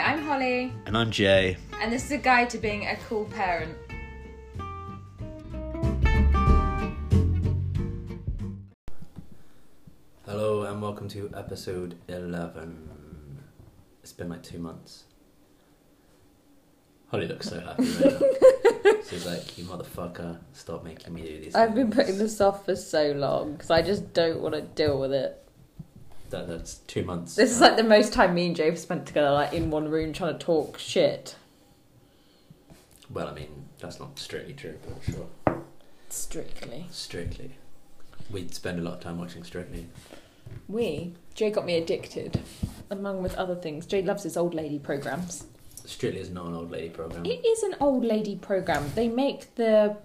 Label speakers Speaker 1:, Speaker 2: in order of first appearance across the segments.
Speaker 1: Charlie,
Speaker 2: And I'm Jay.
Speaker 1: and this is a guide to being a cool parent.
Speaker 3: Hello and welcome to episode 11. It's been like two months. Holly looks so happy right now. She's like, you motherfucker, stop making me do these
Speaker 4: I've been
Speaker 3: things."
Speaker 4: putting this off for so long because I just don't want to deal with it.
Speaker 3: That, that's two months.
Speaker 4: This is like the most time me and Jay have spent together, like in one room trying to talk shit.
Speaker 3: Well, I mean, that's not strictly true, but sure.
Speaker 4: Strictly.
Speaker 3: Strictly. We spend a lot of time watching Strictly.
Speaker 4: We. Jay got me addicted, among with other things. Jay loves his old lady programs.
Speaker 3: Strictly is not an old lady program.
Speaker 4: It is an old lady program. They make the.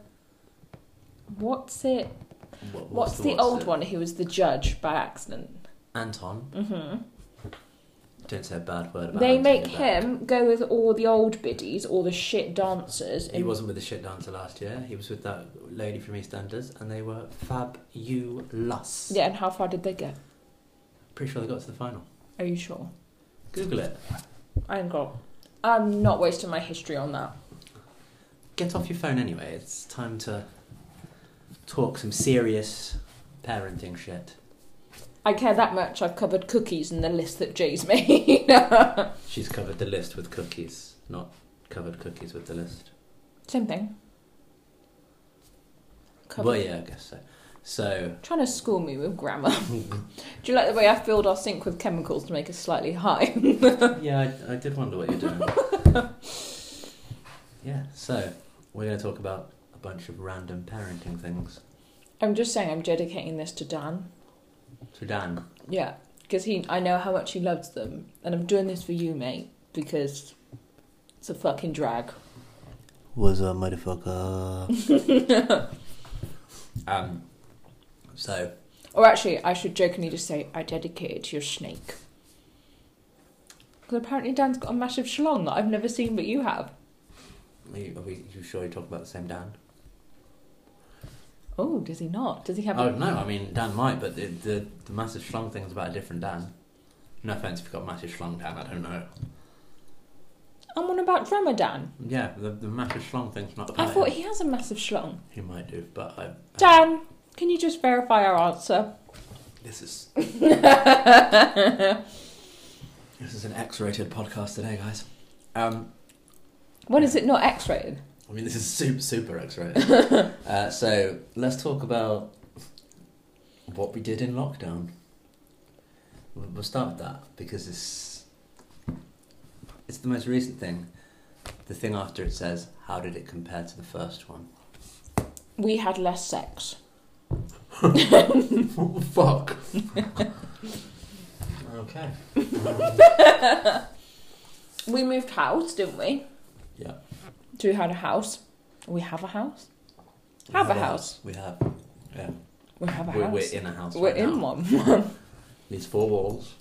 Speaker 4: What's it?
Speaker 3: What-
Speaker 4: What's, the,
Speaker 3: what's
Speaker 4: old one who was the judge by accident?
Speaker 3: Anton.
Speaker 4: Mm-hmm.
Speaker 3: Don't say a bad word about
Speaker 4: They
Speaker 3: Anton
Speaker 4: make
Speaker 3: you're bad.
Speaker 4: him go with all the old biddies, all the shit dancers.
Speaker 3: He wasn't with the shit dancer last year. He was with that lady from EastEnders, and they were fabulous.
Speaker 4: Yeah, and how far did they get?
Speaker 3: Pretty sure they got to the final.
Speaker 4: Are you sure?
Speaker 3: Google it.
Speaker 4: I'm got. I'm not wasting my history on that.
Speaker 3: Get off your phone anyway. It's time to talk some serious parenting shit.
Speaker 4: I care that much. I've covered cookies in the list that Jay's made.
Speaker 3: She's covered the list with cookies, not covered cookies with the list.
Speaker 4: Same thing.
Speaker 3: Well, yeah, I guess so. So,
Speaker 4: Trying to school me with grammar. Do you like the way I filled our sink with chemicals to make us slightly high?
Speaker 3: yeah, I, I did wonder what you're doing. yeah, so we're going to talk about a bunch of random parenting things.
Speaker 4: I'm just saying, I'm dedicating this to Dan.
Speaker 3: So, Dan,
Speaker 4: Yeah, because he, I know how much he loves them, and I'm doing this for you, mate, because it's a fucking drag.
Speaker 3: was a motherfucker. um, so
Speaker 4: Or actually, I should jokingly just say, I dedicate it to your snake. Because apparently Dan's got a massive schlong that I've never seen, but you have.
Speaker 3: are you, are we, you sure you talk about the same Dan?
Speaker 4: Oh, does he not? Does he have?
Speaker 3: Oh
Speaker 4: a...
Speaker 3: no, I mean Dan might, but the the, the massive schlong thing is about a different Dan. No offense if you've got massive schlong Dan, I don't know.
Speaker 4: I'm on about drummer Dan.
Speaker 3: Yeah, the, the massive schlong thing's not
Speaker 4: I
Speaker 3: about
Speaker 4: thought
Speaker 3: him.
Speaker 4: he has a massive schlong.
Speaker 3: He might do, but I, I
Speaker 4: Dan, can you just verify our answer?
Speaker 3: this is this is an X-rated podcast today, guys. Um,
Speaker 4: When is it not X-rated?
Speaker 3: I mean this is super super X-rated. uh, so let's talk about what we did in lockdown. We'll we'll start with that because it's it's the most recent thing. The thing after it says, "How did it compare to the first one?"
Speaker 4: We had less sex.
Speaker 3: Fuck. okay.
Speaker 4: We moved house, didn't we?
Speaker 3: Yeah.
Speaker 4: So we had a house. We have a house. Have a house.
Speaker 3: We have. Yeah.
Speaker 4: We have a
Speaker 3: We're,
Speaker 4: house.
Speaker 3: we're in a house.
Speaker 4: We're
Speaker 3: right
Speaker 4: in
Speaker 3: now.
Speaker 4: one.
Speaker 3: These four walls.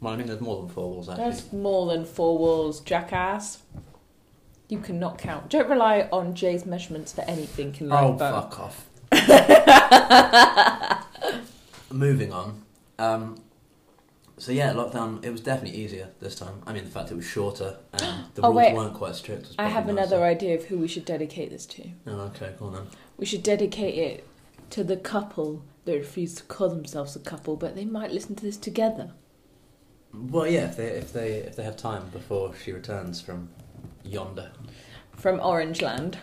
Speaker 3: Well, I think there's more than four walls actually.
Speaker 4: There's more than four walls, jackass. You cannot count. Don't rely on Jay's measurements for anything in life.
Speaker 3: Oh,
Speaker 4: but-
Speaker 3: fuck off. Moving on. Um, so yeah, lockdown. It was definitely easier this time. I mean, the fact it was shorter and the
Speaker 4: Oh,
Speaker 3: rules
Speaker 4: wait.
Speaker 3: weren't quite strict. Was
Speaker 4: I
Speaker 3: probably
Speaker 4: have
Speaker 3: nicer.
Speaker 4: another idea of who we should dedicate this to.
Speaker 3: Oh, okay, go on then.
Speaker 4: We should dedicate it to the couple that refuse to call themselves a couple, but they might listen to this together.
Speaker 3: Well, yeah, if they if they if they have time before she returns from yonder
Speaker 4: From Orangeland,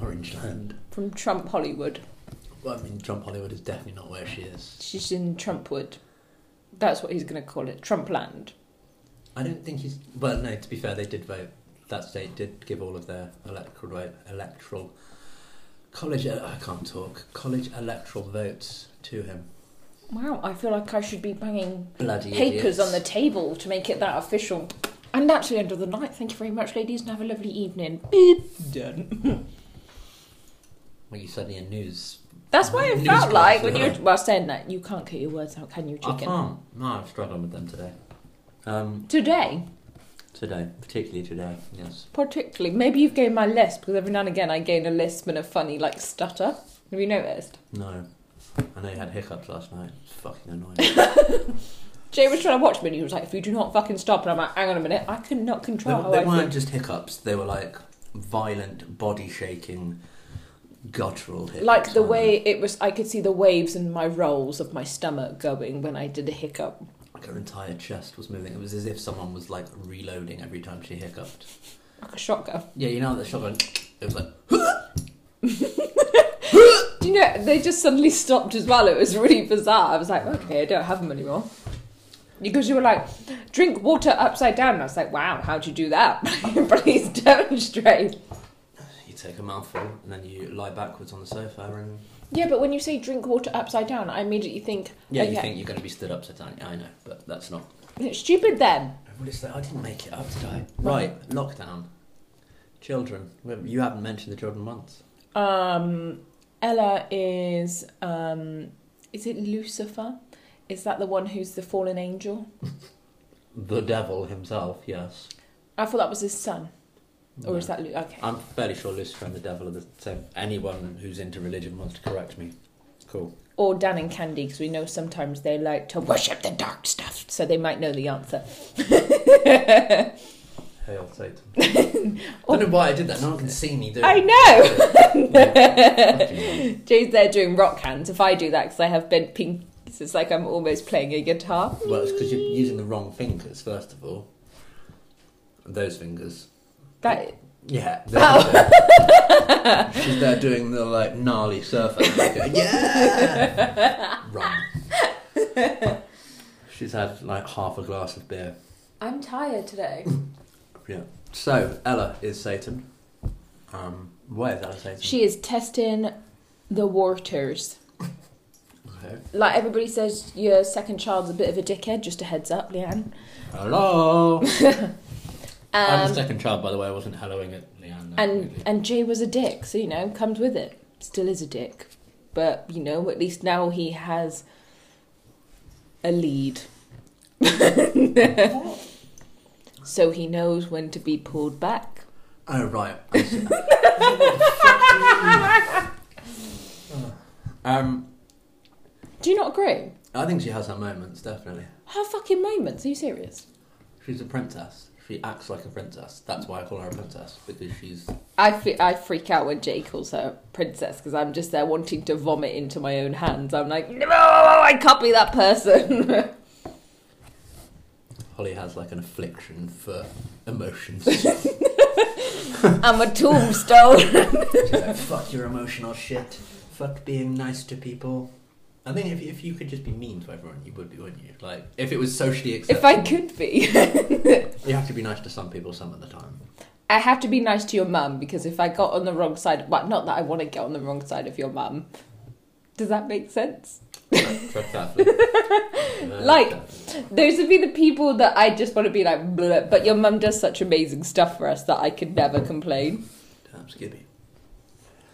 Speaker 3: orange land.
Speaker 4: from Trump Hollywood.
Speaker 3: Well, I mean, Trump Hollywood is definitely not where she is.
Speaker 4: She's in Trumpwood. That's what he's going to call it Trumpland.
Speaker 3: I don't think he's. Well, no. To be fair, they did vote. That state did give all of their electoral vote, electoral college. uh, I can't talk. College electoral votes to him.
Speaker 4: Wow, I feel like I should be banging
Speaker 3: Bloody idiots.
Speaker 4: papers on the table to make it that official. And that's the end of the night. Thank you very much, ladies, and have a lovely evening. Beep. Done.
Speaker 3: Well, you suddenly in news.
Speaker 4: That's why it
Speaker 3: News
Speaker 4: felt like when you
Speaker 3: flash, yeah.
Speaker 4: well saying that you can't get your words out, can you,
Speaker 3: I
Speaker 4: chicken?
Speaker 3: can't. No, I'm struggling with them today. Um,
Speaker 4: Today,
Speaker 3: today, particularly today. Yes.
Speaker 4: particularly, maybe you've gained my lisp because every now and again I gain a lisp and a funny like stutter. Have you noticed?
Speaker 3: No. I know you had hiccups last night. It's fucking annoying.
Speaker 4: Jay was trying to watch me and he was like, if you do not fucking stop, and I'm like, hang on a minute, I could not
Speaker 3: They,
Speaker 4: control how
Speaker 3: they
Speaker 4: I
Speaker 3: weren't
Speaker 4: feel.
Speaker 3: just hiccups. They were like violent, body shaking, guttural hiccups. Um,
Speaker 4: Like the
Speaker 3: weren't
Speaker 4: way it was, I could see the waves in my rolls of my stomach going when I did a hiccup.
Speaker 3: they? Like her entire chest was moving. It was as if someone was like reloading every time she hiccuped.
Speaker 4: Like a shotgun.
Speaker 3: Yeah, you know the shotgun. It was like
Speaker 4: Do you know, they just suddenly stopped as well. It was really bizarre. I was like, okay, I don't have them anymore. Because you were like, drink water upside down. And I was like, wow, how'd you do that? Please demonstrate.
Speaker 3: you take a mouthful and then you lie backwards on the sofa and
Speaker 4: Yeah, but when you say drink water upside down, I immediately think,
Speaker 3: yeah, you
Speaker 4: Okay.
Speaker 3: think you're going to be stood upside down. Yeah, I know, but that's not.
Speaker 4: it's stupid then.
Speaker 3: Everybody's like, I didn't make it up, did I? Right, lockdown. Children. Well, You haven't mentioned the children once.
Speaker 4: Um, Ella is, um, is it Lucifer? Is that the one who's the fallen angel?
Speaker 3: The devil himself, yes.
Speaker 4: I thought that was his son. Or
Speaker 3: No.
Speaker 4: is that, Lu- okay.
Speaker 3: I'm fairly sure Lucifer and the devil are the same. Anyone who's into religion wants to correct me. Cool.
Speaker 4: or Dan and Candy, because we know sometimes they like to worship the dark stuff, so they might know the answer.
Speaker 3: Hail Satan. I don't know why I did that. No one can see me do
Speaker 4: I
Speaker 3: it.
Speaker 4: know. Jay's there doing rock hands. If I do that, because I have bent pink, it's like I'm almost playing a guitar.
Speaker 3: Well, it's because you're using the wrong fingers, first of all. Those fingers.
Speaker 4: That
Speaker 3: Yeah. they're there. She's there doing the like gnarly surfer. Like, yeah. Wrong. She's had like half a glass of beer.
Speaker 1: I'm tired today.
Speaker 3: Yeah. So Ella is Satan. Um, where is Ella Satan?
Speaker 4: she is testing the waters.
Speaker 3: Okay.
Speaker 4: Like everybody says, your second child's a bit of a dickhead. Just a heads up, Leanne.
Speaker 3: Hello. I'm the
Speaker 4: Um,
Speaker 3: second child, by the way. I wasn't helloing at Leanne. no,
Speaker 4: and
Speaker 3: really.
Speaker 4: and Jay was a dick, so you know comes with it. Still is a dick, but you know at least now he has a lead. so he knows when to be pulled back.
Speaker 3: oh right. I see. um,
Speaker 4: Do you not agree?
Speaker 3: I think she has her moments, definitely.
Speaker 4: Her fucking moments. Are you serious?
Speaker 3: She's a princess. She acts like a princess. That's why I call her a princess because she's
Speaker 4: I fe- I freak out when Jay calls her princess because I'm just there wanting to vomit into my own hands. I'm like, no, I can't be that person.
Speaker 3: Holly has like an affliction for emotions.
Speaker 4: I'm a tombstone.
Speaker 3: She's like, fuck your emotional shit. Fuck being nice to people. I think if if you could just be mean to everyone, you would be, wouldn't you? Like if it was socially
Speaker 4: if
Speaker 3: acceptable,
Speaker 4: I could be.
Speaker 3: you have to be nice to some people some of the time.
Speaker 4: I have to be nice to your mum because if I got on the wrong side, well, not that I want to get on the wrong side of your mum. Does that make sense? Like-
Speaker 3: Um,
Speaker 4: Those would be the people that I just want to be like, Bleh, but your mum does such amazing stuff for us that I could never complain.
Speaker 3: damn Skibby.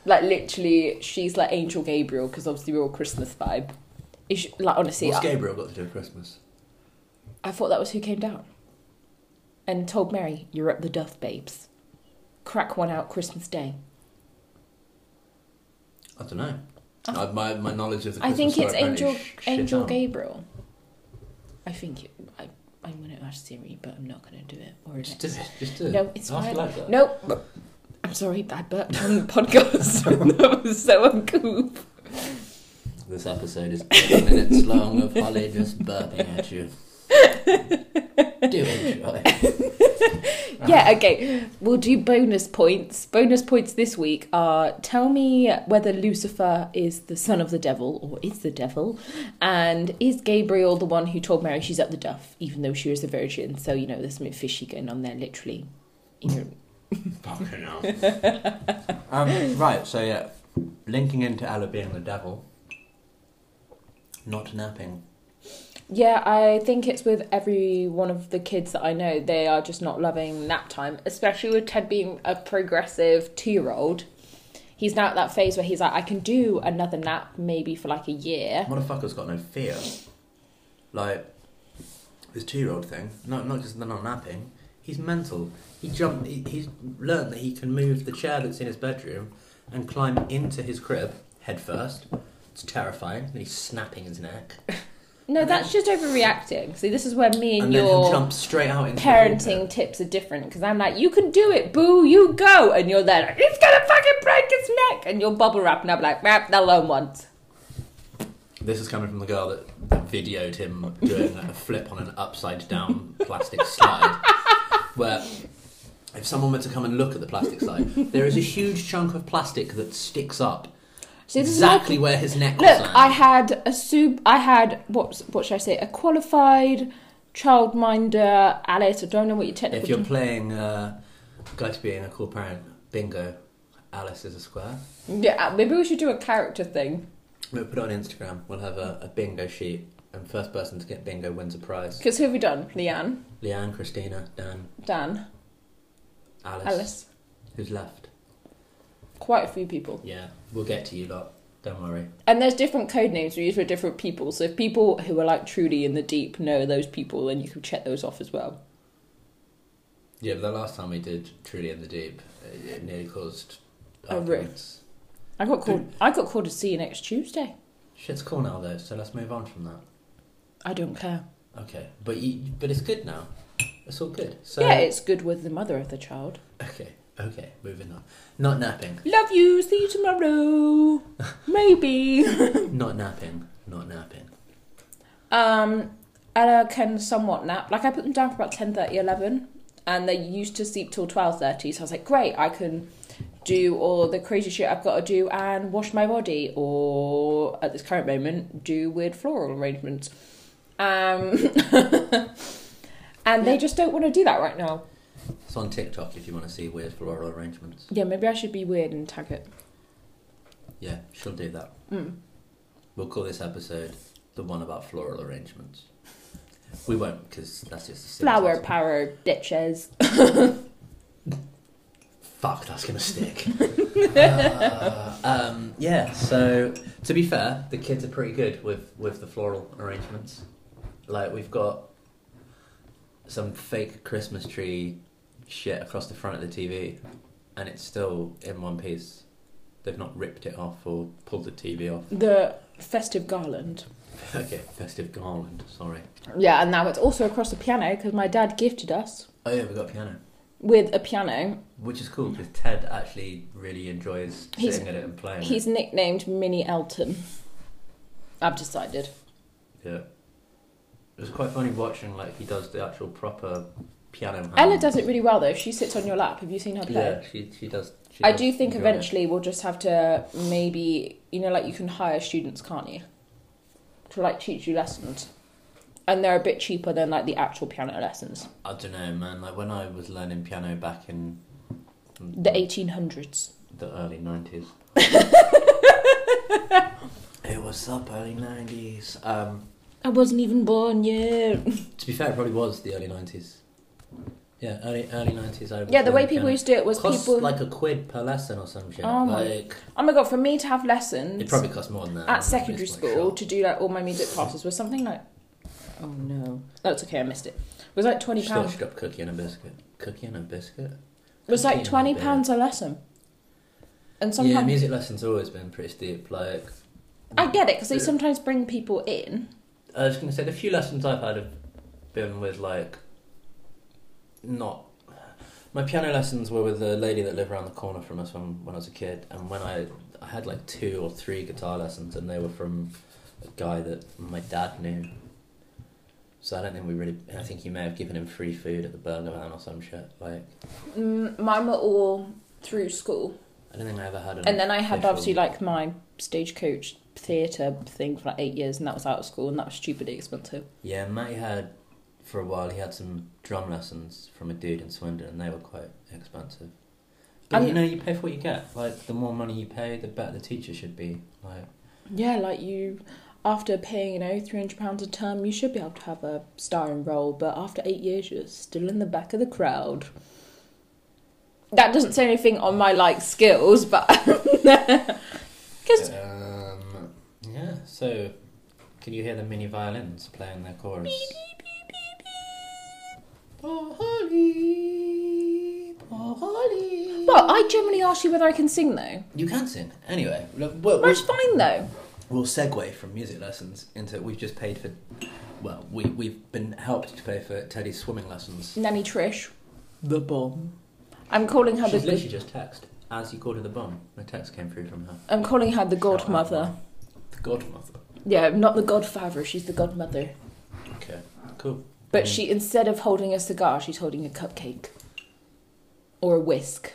Speaker 4: Like literally, she's like Angel Gabriel because obviously we're all Christmas vibe. Is she- like honestly,
Speaker 3: What's
Speaker 4: I,
Speaker 3: Gabriel got to do with Christmas?
Speaker 4: I thought that was who came down and told Mary, "You're up the duff, babes. Crack one out Christmas Day."
Speaker 3: I don't know. I, my my knowledge of the
Speaker 4: Oh. I
Speaker 3: Christmas
Speaker 4: think it's
Speaker 3: story apparently
Speaker 4: Angel
Speaker 3: is shit
Speaker 4: Angel
Speaker 3: on.
Speaker 4: Gabriel. I think it, I I'm gonna ask Siri, but I'm not gonna do it. Or is
Speaker 3: Just
Speaker 4: it?
Speaker 3: do it. Just do it.
Speaker 4: No, it's
Speaker 3: Ask her
Speaker 4: fine.
Speaker 3: like that.
Speaker 4: Nope. I'm sorry, I burped on the podcast. that was so uncool.
Speaker 3: This episode is eight minutes long of Holly just burping at you. Do enjoy.
Speaker 4: Yeah, okay. We'll do bonus points. Bonus points this week are tell me whether Lucifer is the son of the devil or is the devil, and is Gabriel the one who told Mary she's up the duff, even though she was a virgin? So, you know, there's something fishy going on there, literally. You know,
Speaker 3: Fucking hell. um, right, so yeah, linking into Ella being the devil, not napping.
Speaker 4: Yeah, I think it's with every one of the kids that I know. They are just not loving nap time, especially with Ted being a progressive two year old. He's now at that phase where he's like, I can do another nap maybe for like a year.
Speaker 3: Motherfucker's got no fear. Like, this two year old thing, not, not just the not napping, he's mental. He jumped, he, he's learned that he can move the chair that's in his bedroom and climb into his crib head first. It's terrifying, and he's snapping his neck.
Speaker 4: No, that's just overreacting. See, this is where me and,
Speaker 3: And then he'll
Speaker 4: your
Speaker 3: jump straight out into the
Speaker 4: parenting tips are different because I'm like, you can do it, boo, you go, and you're there like, he's gonna fucking break his neck, and you're bubble wrap, and I'm like, wrap that alone once.
Speaker 3: This is coming from the girl that, that videoed him doing a flip on an upside down plastic slide. Where if someone were to come and look at the plastic slide, there is a huge chunk of plastic that sticks up
Speaker 4: See, this is my
Speaker 3: exactly where his neck was.
Speaker 4: Look, I had a sub. I had what? What should I say? A qualified childminder, Alice. I don't know what your
Speaker 3: If
Speaker 4: technical.
Speaker 3: you're
Speaker 4: term-
Speaker 3: playing uh, Guide to Being a Cool Parent, bingo, Alice is a square.
Speaker 4: yeah, uh, maybe we should do a character thing
Speaker 3: We'll put it on Instagram. We'll have a, a bingo sheet, and first person to get bingo wins a prize.
Speaker 4: because who have we done? Leanne,
Speaker 3: Leanne, Christina, Dan,
Speaker 4: Dan,
Speaker 3: Alice.
Speaker 4: Alice.
Speaker 3: Who's left?
Speaker 4: Quite a few people,
Speaker 3: Yeah, we'll get to you lot. Don't worry.
Speaker 4: and there's different code names we use for different people. So if people who are like truly in the deep know those people, then you can check those off as well.
Speaker 3: Yeah, but the last time we did Truly in the Deep, it, it nearly caused
Speaker 4: A rift.
Speaker 3: arguments.
Speaker 4: I got called. I got called to see you next Tuesday.
Speaker 3: Shit's cool now though, so let's move on from that.
Speaker 4: I don't care.
Speaker 3: Okay, but you, but it's good now. It's all good. So
Speaker 4: yeah, it's good with the mother of the child.
Speaker 3: okay, okay, moving on. Not napping.
Speaker 4: Love you. See you tomorrow. Maybe.
Speaker 3: Not napping. Not napping.
Speaker 4: Um, Ella can somewhat nap. Like I put them down for about 10, 11 and they used to sleep till twelve thirty. So I was like, great, I can do all the crazy shit I've got to do and wash my body, or at this current moment, do weird floral arrangements. Um, and they just don't want to do that right now.
Speaker 3: It's on TikTok if you want to see weird floral arrangements.
Speaker 4: Yeah, maybe I should be weird and tag it.
Speaker 3: Yeah, she'll do that.
Speaker 4: Mm.
Speaker 3: We'll call this episode the one about floral arrangements. We won't, because that's just a silly
Speaker 4: Flower
Speaker 3: title.
Speaker 4: power ditches.
Speaker 3: Fuck, that's gonna stick. Uh, um, yeah. So to be fair, the kids are pretty good with with the floral arrangements. Like we've got some fake Christmas tree shit across the front of the TV, and it's still in one piece. They've not ripped it off or pulled the TV off.
Speaker 4: The festive garland.
Speaker 3: okay, festive garland. Sorry.
Speaker 4: Yeah, and now it's also across the piano because my dad gifted us
Speaker 3: Oh yeah, we've got a piano.
Speaker 4: with a piano.
Speaker 3: Which is cool because Ted actually really enjoys sitting
Speaker 4: He's-
Speaker 3: at it and playing. it.
Speaker 4: He's nicknamed Mini Elton. I've decided.
Speaker 3: Yeah. It was quite funny watching, like, he does the actual proper piano. Hand.
Speaker 4: Ella does it really well though. She sits on your lap. Have you seen her play?
Speaker 3: Ah. Yeah, she, she does. She
Speaker 4: I
Speaker 3: does
Speaker 4: do think
Speaker 3: enjoy it.
Speaker 4: eventually we'll just have to maybe you know like you can hire students, can't you? To like teach you lessons. And they're a bit cheaper than like the actual piano lessons.
Speaker 3: I don't know, man. Like, when I was learning piano back in
Speaker 4: The eighteen hundreds.
Speaker 3: the early 90s. it was up early 90s. Um,
Speaker 4: I wasn't even born yet.
Speaker 3: to be fair, it probably was the early 90s. Yeah, early early 90s. I was
Speaker 4: Yeah, the way
Speaker 3: learning
Speaker 4: people
Speaker 3: piano.
Speaker 4: used to do it was
Speaker 3: cost
Speaker 4: people
Speaker 3: like a quid per lesson or some shit.
Speaker 4: Oh my-
Speaker 3: like,
Speaker 4: Oh my god, for me to have lessons
Speaker 3: it probably cost more than that.
Speaker 4: at secondary
Speaker 3: It's quite
Speaker 4: school
Speaker 3: short.
Speaker 4: to do like all my music classes was something like oh no that's okay i missed it It was like 20
Speaker 3: Just
Speaker 4: pounds
Speaker 3: dodged up cookie and a biscuit. Cookie and a biscuit.
Speaker 4: It was like
Speaker 3: Cookie and a
Speaker 4: 20
Speaker 3: bit.
Speaker 4: pounds a lesson and
Speaker 3: Yeah,
Speaker 4: sometimes
Speaker 3: music lessons have always been pretty steep. Like,
Speaker 4: i get it because they sometimes bring people in
Speaker 3: I was going to say the few lessons I've had have been with like, not. My piano lessons were with a lady that lived around the corner from us when, when I was a kid, and when I I had like two or three guitar lessons, and they were from a guy that my dad knew. So I don't think we really. I think he may have given him free food at the burger van or some shit. Like
Speaker 4: Mm, mine were all through school
Speaker 3: I don't think I ever had. An
Speaker 4: and then i had
Speaker 3: official-
Speaker 4: obviously like my stagecoach theatre thing for like eight years and that was out of school and that was stupidly expensive
Speaker 3: Yeah, Matty had for a while. He had some drum lessons from a dude in Swindon, and they were quite expensive. But
Speaker 4: And-
Speaker 3: you know, you pay for what you get. Like the more money you pay, the better the teacher should be. Like
Speaker 4: yeah like you after paying you know 300 pounds a term you should be able to have a starring role but after eight years you're still in the back of the crowd that doesn't say anything on my like skills but because
Speaker 3: um, yeah. So can you hear the mini violins playing their chorus? Oh Holly, oh Holly.
Speaker 4: well i generally ask you whether i can sing though
Speaker 3: you can sing anyway. Look, what,
Speaker 4: that's fine though
Speaker 3: We'll segue from music lessons into we've just paid for. Well, we we've been helped to pay for Teddy's swimming lessons.
Speaker 4: Nanny Trish.
Speaker 3: The bomb.
Speaker 4: I'm calling her
Speaker 3: She's
Speaker 4: the.
Speaker 3: literally just text as you called her the bomb. A text came through from her.
Speaker 4: I'm calling her the
Speaker 3: Shout out,
Speaker 4: godmother.
Speaker 3: Mum. The godmother.
Speaker 4: Yeah, not the godfather. She's the godmother.
Speaker 3: Okay. Cool.
Speaker 4: But
Speaker 3: Mm.
Speaker 4: she, instead of holding a cigar, she's holding a cupcake or a whisk.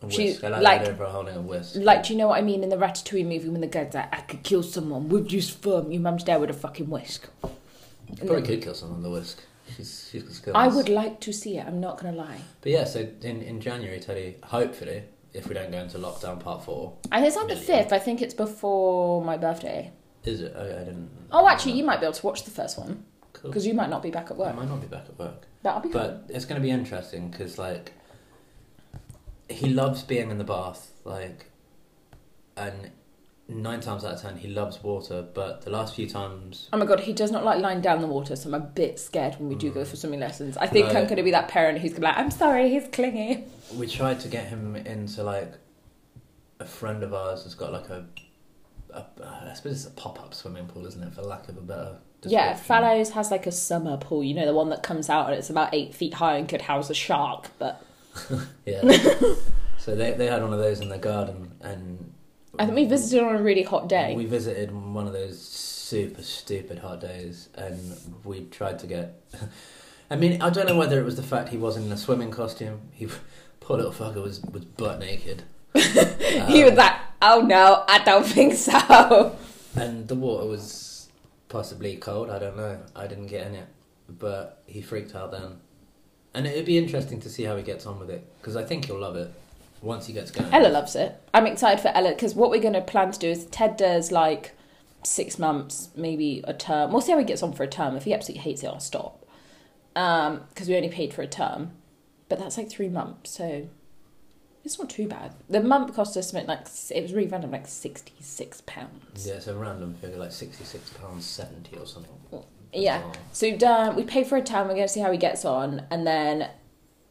Speaker 3: A
Speaker 4: she-
Speaker 3: whisk. I like,
Speaker 4: like-
Speaker 3: that over holding a whisk.
Speaker 4: Like, do you know what I mean in the Ratatouille movie when the guy's like, I could kill someone with this firm, your mum's dad with a fucking whisk.
Speaker 3: You probably could kill someone with a whisk. She's she's got skills.
Speaker 4: I would like to see it, I'm not gonna lie.
Speaker 3: But yeah, so in, in January, Teddy, hopefully, if we don't go into lockdown part four,
Speaker 4: And it's on the
Speaker 3: Really?
Speaker 4: 5th, I think it's before my birthday.
Speaker 3: is it? I, I didn't.
Speaker 4: Oh, actually, you might be able to watch the first one
Speaker 3: Cool.
Speaker 4: because you might not be back at
Speaker 3: I
Speaker 4: work.
Speaker 3: might not be back at work,
Speaker 4: That'll be fun.
Speaker 3: but it's going to be interesting because like he loves being in the bath, like, and nine times out of ten he loves water, but the last few times
Speaker 4: Oh my god, he does not like lying down in the water, so I'm a bit scared when we do
Speaker 3: Mm.
Speaker 4: go for swimming lessons. I think I'm
Speaker 3: Right.
Speaker 4: gonna be that parent who's gonna be like, I'm sorry, he's clingy.
Speaker 3: we tried to get him into like a friend of ours has got like a, a I suppose it's a pop up swimming pool, isn't it? For lack of a better
Speaker 4: Yeah,
Speaker 3: description.
Speaker 4: Fallows has like a summer pool, you know, the one that comes out and it's about eight feet high and could house a shark, but
Speaker 3: Yeah. so they they had one of those in their garden, and
Speaker 4: I think we visited on a really hot day.
Speaker 3: We visited on one of those super stupid hot days, and we tried to get. I mean, I don't know whether it was the fact he was in a swimming costume. He poor little fucker was was butt naked.
Speaker 4: he
Speaker 3: Um,
Speaker 4: was like, oh no, I don't think so.
Speaker 3: And the water was possibly cold, I don't know. I didn't get in it. But he freaked out then. And it'd be interesting to see how he gets on with it, because I think he'll love it once he gets going.
Speaker 4: Ella loves it. I'm excited for Ella because what we're going to plan to do is Ted does like six months, maybe a term. We'll see how he gets on for a term. If he absolutely hates it, I'll stop. Because we only paid for a term. But that's like three months, so it's not too bad. The month cost us something like, it was really random, like £66.
Speaker 3: Yeah, it's a random figure, like £66.70 or something.
Speaker 4: Yeah. So we've done. We pay for a term. We're going to see how he gets on, and then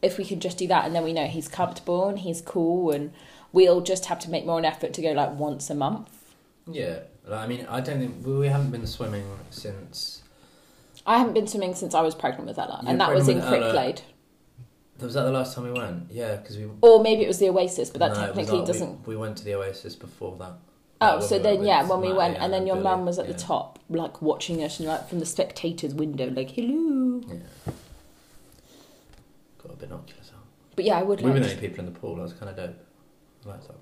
Speaker 4: if we can just do that, and then we know he's comfortable and he's cool, and we'll just have to make more an effort to go like once a month.
Speaker 3: Yeah. Like, I mean, I don't think. We we haven't been swimming since.
Speaker 4: I haven't been swimming since I was pregnant with Ella,
Speaker 3: You
Speaker 4: and
Speaker 3: were
Speaker 4: that was in
Speaker 3: pregnant with Ella.
Speaker 4: Cricklade,
Speaker 3: Was that the last time we went? Yeah, because we.
Speaker 4: or maybe it was the Oasis, but that
Speaker 3: No, it was
Speaker 4: technically
Speaker 3: not. We-
Speaker 4: doesn't.
Speaker 3: We, went to the Oasis before that.
Speaker 4: Oh,
Speaker 3: Like, when
Speaker 4: so
Speaker 3: we were
Speaker 4: then
Speaker 3: with
Speaker 4: yeah, when we
Speaker 3: Matty
Speaker 4: went, and then your
Speaker 3: Billy.
Speaker 4: mum was at
Speaker 3: Yeah.
Speaker 4: the top, like watching us, and like from the spectators' window, like hello.
Speaker 3: Yeah. Got a binoculars on.
Speaker 4: But yeah, I would
Speaker 3: We were
Speaker 4: like.
Speaker 3: the only people in the pool. I was kind of dope. I liked that.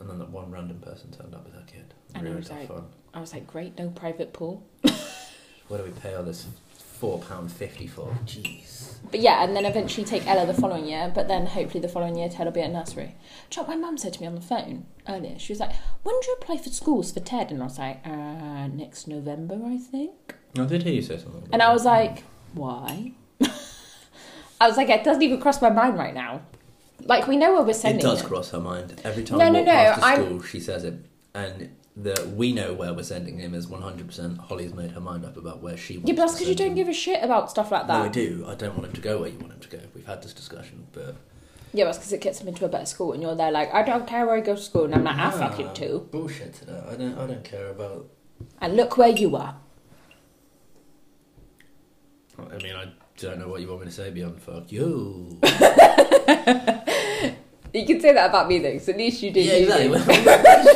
Speaker 3: And then that one random person turned up with her kid.
Speaker 4: I know,
Speaker 3: Ruined
Speaker 4: it's
Speaker 3: our
Speaker 4: like-
Speaker 3: fun.
Speaker 4: I was like, great, no private pool.
Speaker 3: What do we pay all this four pound fifty for? Jeez.
Speaker 4: But yeah, and then eventually take Ella the following year, but then hopefully the following year Ted will be at nursery. Do you know what my mum said to me on the phone earlier? She was like, When do you apply for schools for Ted? And I was like, uh, next November, I think.
Speaker 3: I Oh, did hear you say something. about
Speaker 4: And I
Speaker 3: that.
Speaker 4: was like, Why? I was like, It doesn't even cross my mind right now. Like, we know where we're
Speaker 3: it
Speaker 4: sending
Speaker 3: does cross her mind every time.
Speaker 4: No,
Speaker 3: we
Speaker 4: no,
Speaker 3: walk
Speaker 4: no,
Speaker 3: Past the
Speaker 4: I'm-
Speaker 3: school, she says it, and the we know where we're sending him is one hundred percent. Holly's made her mind up about where she. Wants
Speaker 4: Yeah, but that's
Speaker 3: to
Speaker 4: because you
Speaker 3: send
Speaker 4: don't
Speaker 3: him.
Speaker 4: give a shit about stuff like
Speaker 3: No, I
Speaker 4: that.
Speaker 3: do. I don't want him to go where you want him to go. We've had this discussion, but
Speaker 4: yeah, that's because it gets them into a better school, and you're there like, I don't care where I go to school. And I'm like, I
Speaker 3: Nah,
Speaker 4: fucking do.
Speaker 3: Bullshit to that. I don't. I don't care about
Speaker 4: And look where you are.
Speaker 3: I mean, I don't know what you want me to say beyond fuck you.
Speaker 4: You can say that about me, though, 'cause at least you do. you.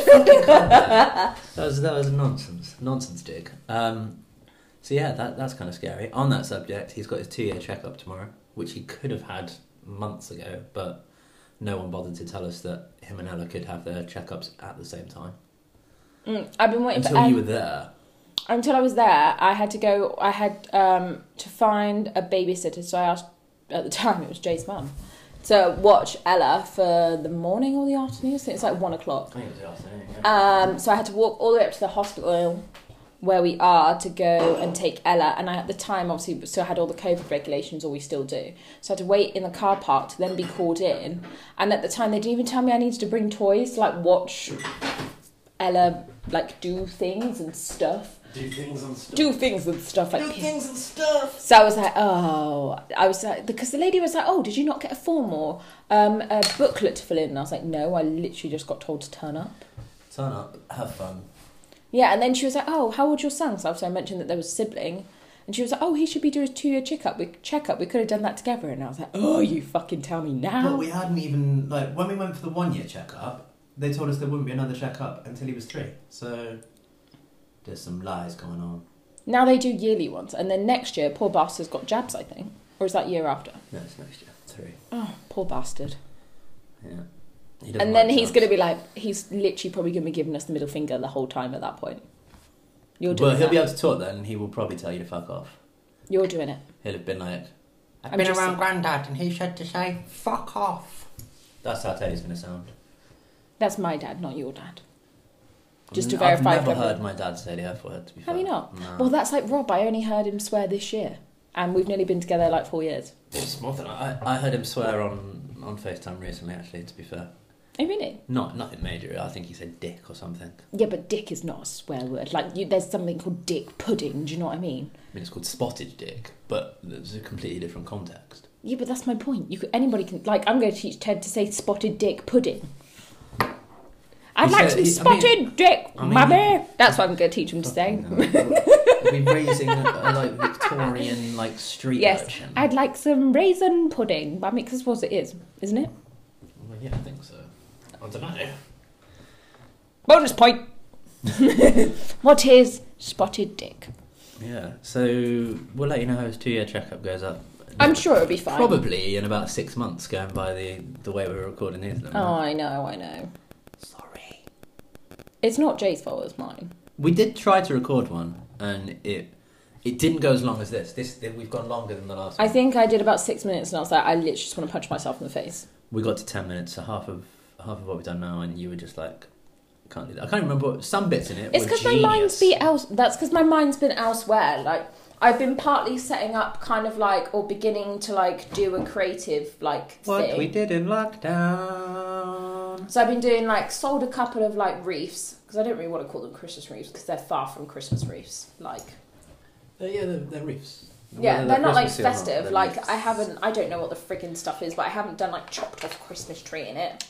Speaker 3: that was that was nonsense, nonsense, Dick. Um, so yeah, that that's kind of scary. On that subject, he's got his two-year checkup tomorrow, which he could have had months ago, but no one bothered to tell us that him and Ella could have their checkups at the same time
Speaker 4: Mm, I've been waiting for
Speaker 3: until
Speaker 4: Ella-
Speaker 3: you were there.
Speaker 4: until I was there, I had to go. I had um, to find a babysitter. So I asked at the time it was Jay's mum to watch Ella for the morning or the afternoon. So it's like one o'clock.
Speaker 3: I think it was the afternoon.
Speaker 4: Um, so I had to walk all the way up to the hospital where we are to go and take Ella. And I, at the time, obviously, we still had all the COVID regulations, or we still do. So I had to wait in the car park to then be called in. And at the time, they didn't even tell me I needed to bring toys to like watch Ella like do things and stuff
Speaker 2: Do things and stuff.
Speaker 4: do things and stuff like
Speaker 2: Do things and stuff.
Speaker 4: so I was like, oh, I was like, because the lady was like, oh, did you not get a form or um, a booklet to fill in? And I was like, no, I literally just got told to turn up.
Speaker 3: Turn up, have fun.
Speaker 4: Yeah, and then she was like, "Oh, how old's your son?" So after I mentioned that there was a sibling, and she was like, "Oh, he should be doing his two-year checkup. We checkup. We could have done that together." And I was like, "Oh, you fucking tell me now."
Speaker 3: But we hadn't even like when we went for the one year checkup, they told us there wouldn't be another checkup until he was three. So there's some lies going on.
Speaker 4: Now they do yearly ones, and then next year, poor bastard's got jabs, I think, or is that year after?
Speaker 3: No, it's next year. Three.
Speaker 4: Oh, poor bastard.
Speaker 3: Yeah. He doesn't
Speaker 4: And then
Speaker 3: like
Speaker 4: he's
Speaker 3: jobs.
Speaker 4: going to be like, he's literally probably going to be giving us the middle finger the whole time at that point. You're doing
Speaker 3: Well, he'll
Speaker 4: that.
Speaker 3: be able to talk then, and he will probably tell you to fuck off.
Speaker 4: You're doing it.
Speaker 3: He'll have been like, I've
Speaker 4: I'm
Speaker 3: been
Speaker 4: just-
Speaker 3: around Grandad, and he said to say fuck off. That's how Teddy's going to sound.
Speaker 4: That's my dad, not your dad. Just to
Speaker 3: I've
Speaker 4: verify
Speaker 3: I've never
Speaker 4: for
Speaker 3: heard
Speaker 4: everyone.
Speaker 3: my dad say the F word. To be
Speaker 4: Have
Speaker 3: fair.
Speaker 4: you not?
Speaker 3: No.
Speaker 4: Well, that's like Rob. I only heard him swear this year, and we've nearly been together like four years.
Speaker 3: It's more than I, I heard him swear on on FaceTime recently. Actually, to be fair,
Speaker 4: Oh, really?
Speaker 3: not nothing major. I think he said dick or something.
Speaker 4: Yeah, but dick is not a swear word. Like, you, there's something called dick pudding. Do you know what I mean?
Speaker 3: I mean, it's called spotted dick, but it's a completely different context.
Speaker 4: Yeah, but that's my point. You could, anybody can like. I'm going to teach Ted to say spotted dick pudding. I'd
Speaker 3: He
Speaker 4: like
Speaker 3: said-
Speaker 4: some
Speaker 3: he- I mean-
Speaker 4: spotted dick,
Speaker 3: I mean-
Speaker 4: mummy. That's what I'm going to teach him to say.
Speaker 3: We're raising a, a, like Victorian like street
Speaker 4: Yes,
Speaker 3: version.
Speaker 4: I'd like some raisin pudding, mummy, because that's what it is, isn't it?
Speaker 3: Well, yeah, I think so. I don't know.
Speaker 4: Bonus point. what is spotted dick?
Speaker 3: Yeah, so we'll let you know how his two-year checkup goes up.
Speaker 4: I'm sure it'll be fine.
Speaker 3: Probably in about six months, going by the the way we're recording these. at the
Speaker 4: Oh,
Speaker 3: moment.
Speaker 4: I know, I know.
Speaker 3: sorry.
Speaker 4: It's not Jay's fault. It's mine.
Speaker 3: We did try to record one, and it it didn't go as long as this. This we've gone longer than the last.
Speaker 4: I
Speaker 3: one.
Speaker 4: think I did about six minutes, and I was like, I literally just want to punch myself in the face.
Speaker 3: we got to ten minutes, so half of half of what we've done now, and you were just like, can't do that. I can't remember what- some bits in it.
Speaker 4: It's
Speaker 3: were
Speaker 4: because my mind's
Speaker 3: genius.
Speaker 4: been else. That's because my mind's been elsewhere. Like I've been partly setting up, kind of like, or beginning to like do a creative like
Speaker 3: What
Speaker 4: thing.
Speaker 3: we did in lockdown.
Speaker 4: so I've been doing like sold a couple of like reefs because I don't really want to call them Christmas reefs because they're far from Christmas reefs. Like
Speaker 3: Uh, yeah, they're, they're reefs.
Speaker 4: yeah, they're not like festive. like I haven't, I don't know what the friggin' stuff is, but I haven't done like chopped off Christmas tree in it.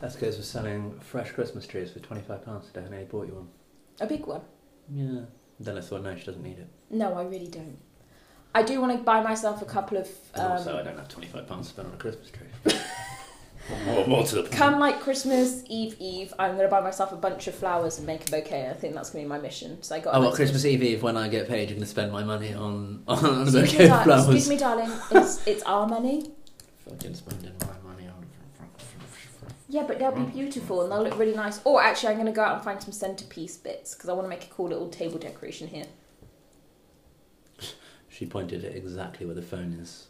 Speaker 3: Tesco's was selling fresh Christmas trees for twenty five pounds today, and they bought you one.
Speaker 4: A big one.
Speaker 3: Yeah. Then I thought, no, she doesn't need it.
Speaker 4: No, I really don't. I do want to buy myself a couple of.
Speaker 3: And also, I
Speaker 4: Um,
Speaker 3: don't have twenty five pounds to spend on a Christmas tree. more, more to the point.
Speaker 4: come like Christmas Eve Eve, I'm going to buy myself a bunch of flowers and make a bouquet. I think that's going to be my mission. So I got.
Speaker 3: Oh,
Speaker 4: like,
Speaker 3: well, Christmas Eve Eve, when I get paid, you're going to spend my money on, on a
Speaker 4: Excuse,
Speaker 3: bouquet
Speaker 4: me,
Speaker 3: of
Speaker 4: dar-
Speaker 3: flowers.
Speaker 4: excuse me, darling. It's, it's our money.
Speaker 3: Fucking spending my money on.
Speaker 4: Yeah, but they'll
Speaker 3: Mm.
Speaker 4: be beautiful and they'll look really nice. Or actually, I'm going to go out and find some centerpiece bits because I want to make a cool little table decoration here.
Speaker 3: She pointed at exactly where the phone is.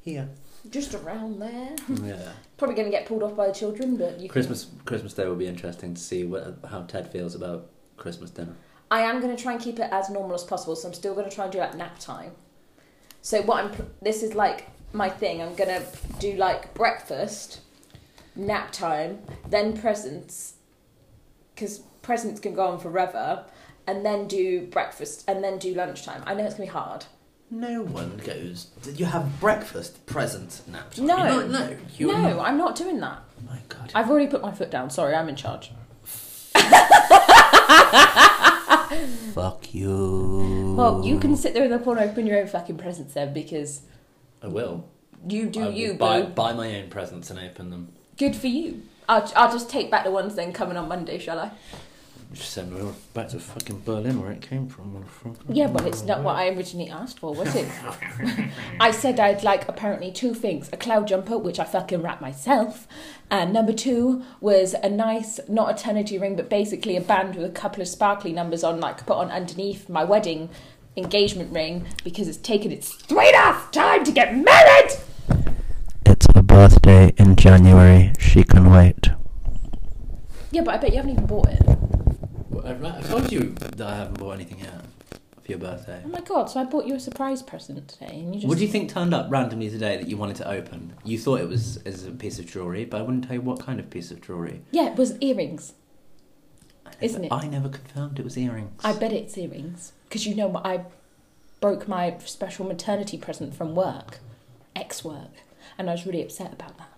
Speaker 3: Here.
Speaker 4: Just around there.
Speaker 3: yeah.
Speaker 4: Probably going to get pulled off by the children, but you.
Speaker 3: Christmas Christmas Day will be interesting to see what, how Ted feels about Christmas dinner.
Speaker 4: I am going to try and keep it as normal as possible, so I'm still going to try and do like nap time. So what I'm pl- this is like my thing. I'm going to do like breakfast, nap time, then presents, because presents can go on forever, and then do breakfast and then do lunchtime. I know it's gonna be hard.
Speaker 3: No one goes. Did you have breakfast, present, nap time?"
Speaker 4: No.
Speaker 3: You're not- no, you're
Speaker 4: no,
Speaker 3: not-
Speaker 4: I'm not doing that.
Speaker 3: My God.
Speaker 4: I've already put my foot down. Sorry, I'm in charge.
Speaker 3: Fuck you.
Speaker 4: Well, you can sit there in the corner, open your own fucking presents then, because
Speaker 3: I will.
Speaker 4: you do
Speaker 3: I will
Speaker 4: you,
Speaker 3: buy,
Speaker 4: boo.
Speaker 3: buy my own presents and open them.
Speaker 4: Good for you. I'll, I'll just take back the ones then coming on Monday, shall I?
Speaker 3: Just send me back to fucking Berlin where it came from. motherfucker.
Speaker 4: Yeah, but it's not what I originally asked for, was it? I said I'd like apparently two things a cloud jumper, which I fucking wrapped myself, and number two was a nice, not a eternity ring, but basically a band with a couple of sparkly numbers on, like put on underneath my wedding engagement ring because it's taken its straight off time to get married!
Speaker 3: It's her birthday in January. She can wait.
Speaker 4: Yeah, but I bet you haven't even bought it.
Speaker 3: I told you that I haven't bought anything yet for your birthday.
Speaker 4: Oh my god, so I bought you a surprise present today and you just.
Speaker 3: What do you think turned up randomly today that you wanted to open? You thought it was as a piece of jewelry, but I wouldn't tell you what kind of piece of jewelry.
Speaker 4: Yeah, it was earrings.
Speaker 3: I never-
Speaker 4: Isn't it?
Speaker 3: I never confirmed it was earrings.
Speaker 4: I bet it's earrings because you know I broke my special maternity present from work, ex work, and I was really upset about that.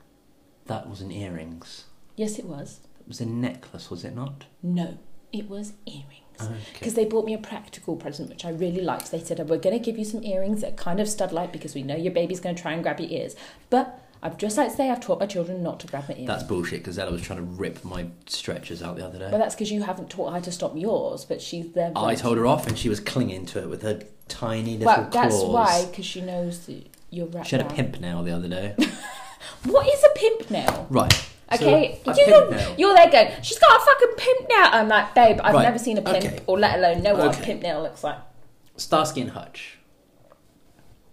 Speaker 3: that wasn't earrings.
Speaker 4: Yes, it was.
Speaker 3: It was a necklace, was it not?
Speaker 4: No, it was earrings.
Speaker 3: Okay.
Speaker 4: because they bought me a practical present which I really liked. They said, "We're going to give you some earrings that kind of stud like because we know your baby's going to try and grab your ears." But I'd just like to say I've taught my children not to grab my ears.
Speaker 3: That's bullshit because Ella was trying to rip my stretchers out the other day.
Speaker 4: well, that's because you haven't taught her to stop yours, but she's there.
Speaker 3: I told her off and she was clinging to it with her tiny little
Speaker 4: Well,
Speaker 3: claws.
Speaker 4: that's why because she knows that you're wrapped.
Speaker 3: She had a
Speaker 4: round.
Speaker 3: pimp nail the other day.
Speaker 4: What is a pimp now?
Speaker 3: right. so
Speaker 4: Okay,
Speaker 3: a
Speaker 4: you
Speaker 3: pimp
Speaker 4: know,
Speaker 3: nail.
Speaker 4: you're there going, she's got a fucking pimp nail. I'm like, babe, I've
Speaker 3: Right,
Speaker 4: never seen a pimp,
Speaker 3: okay.
Speaker 4: or let alone know what a
Speaker 3: Okay.
Speaker 4: pimp nail looks like.
Speaker 3: Starsky and Hutch.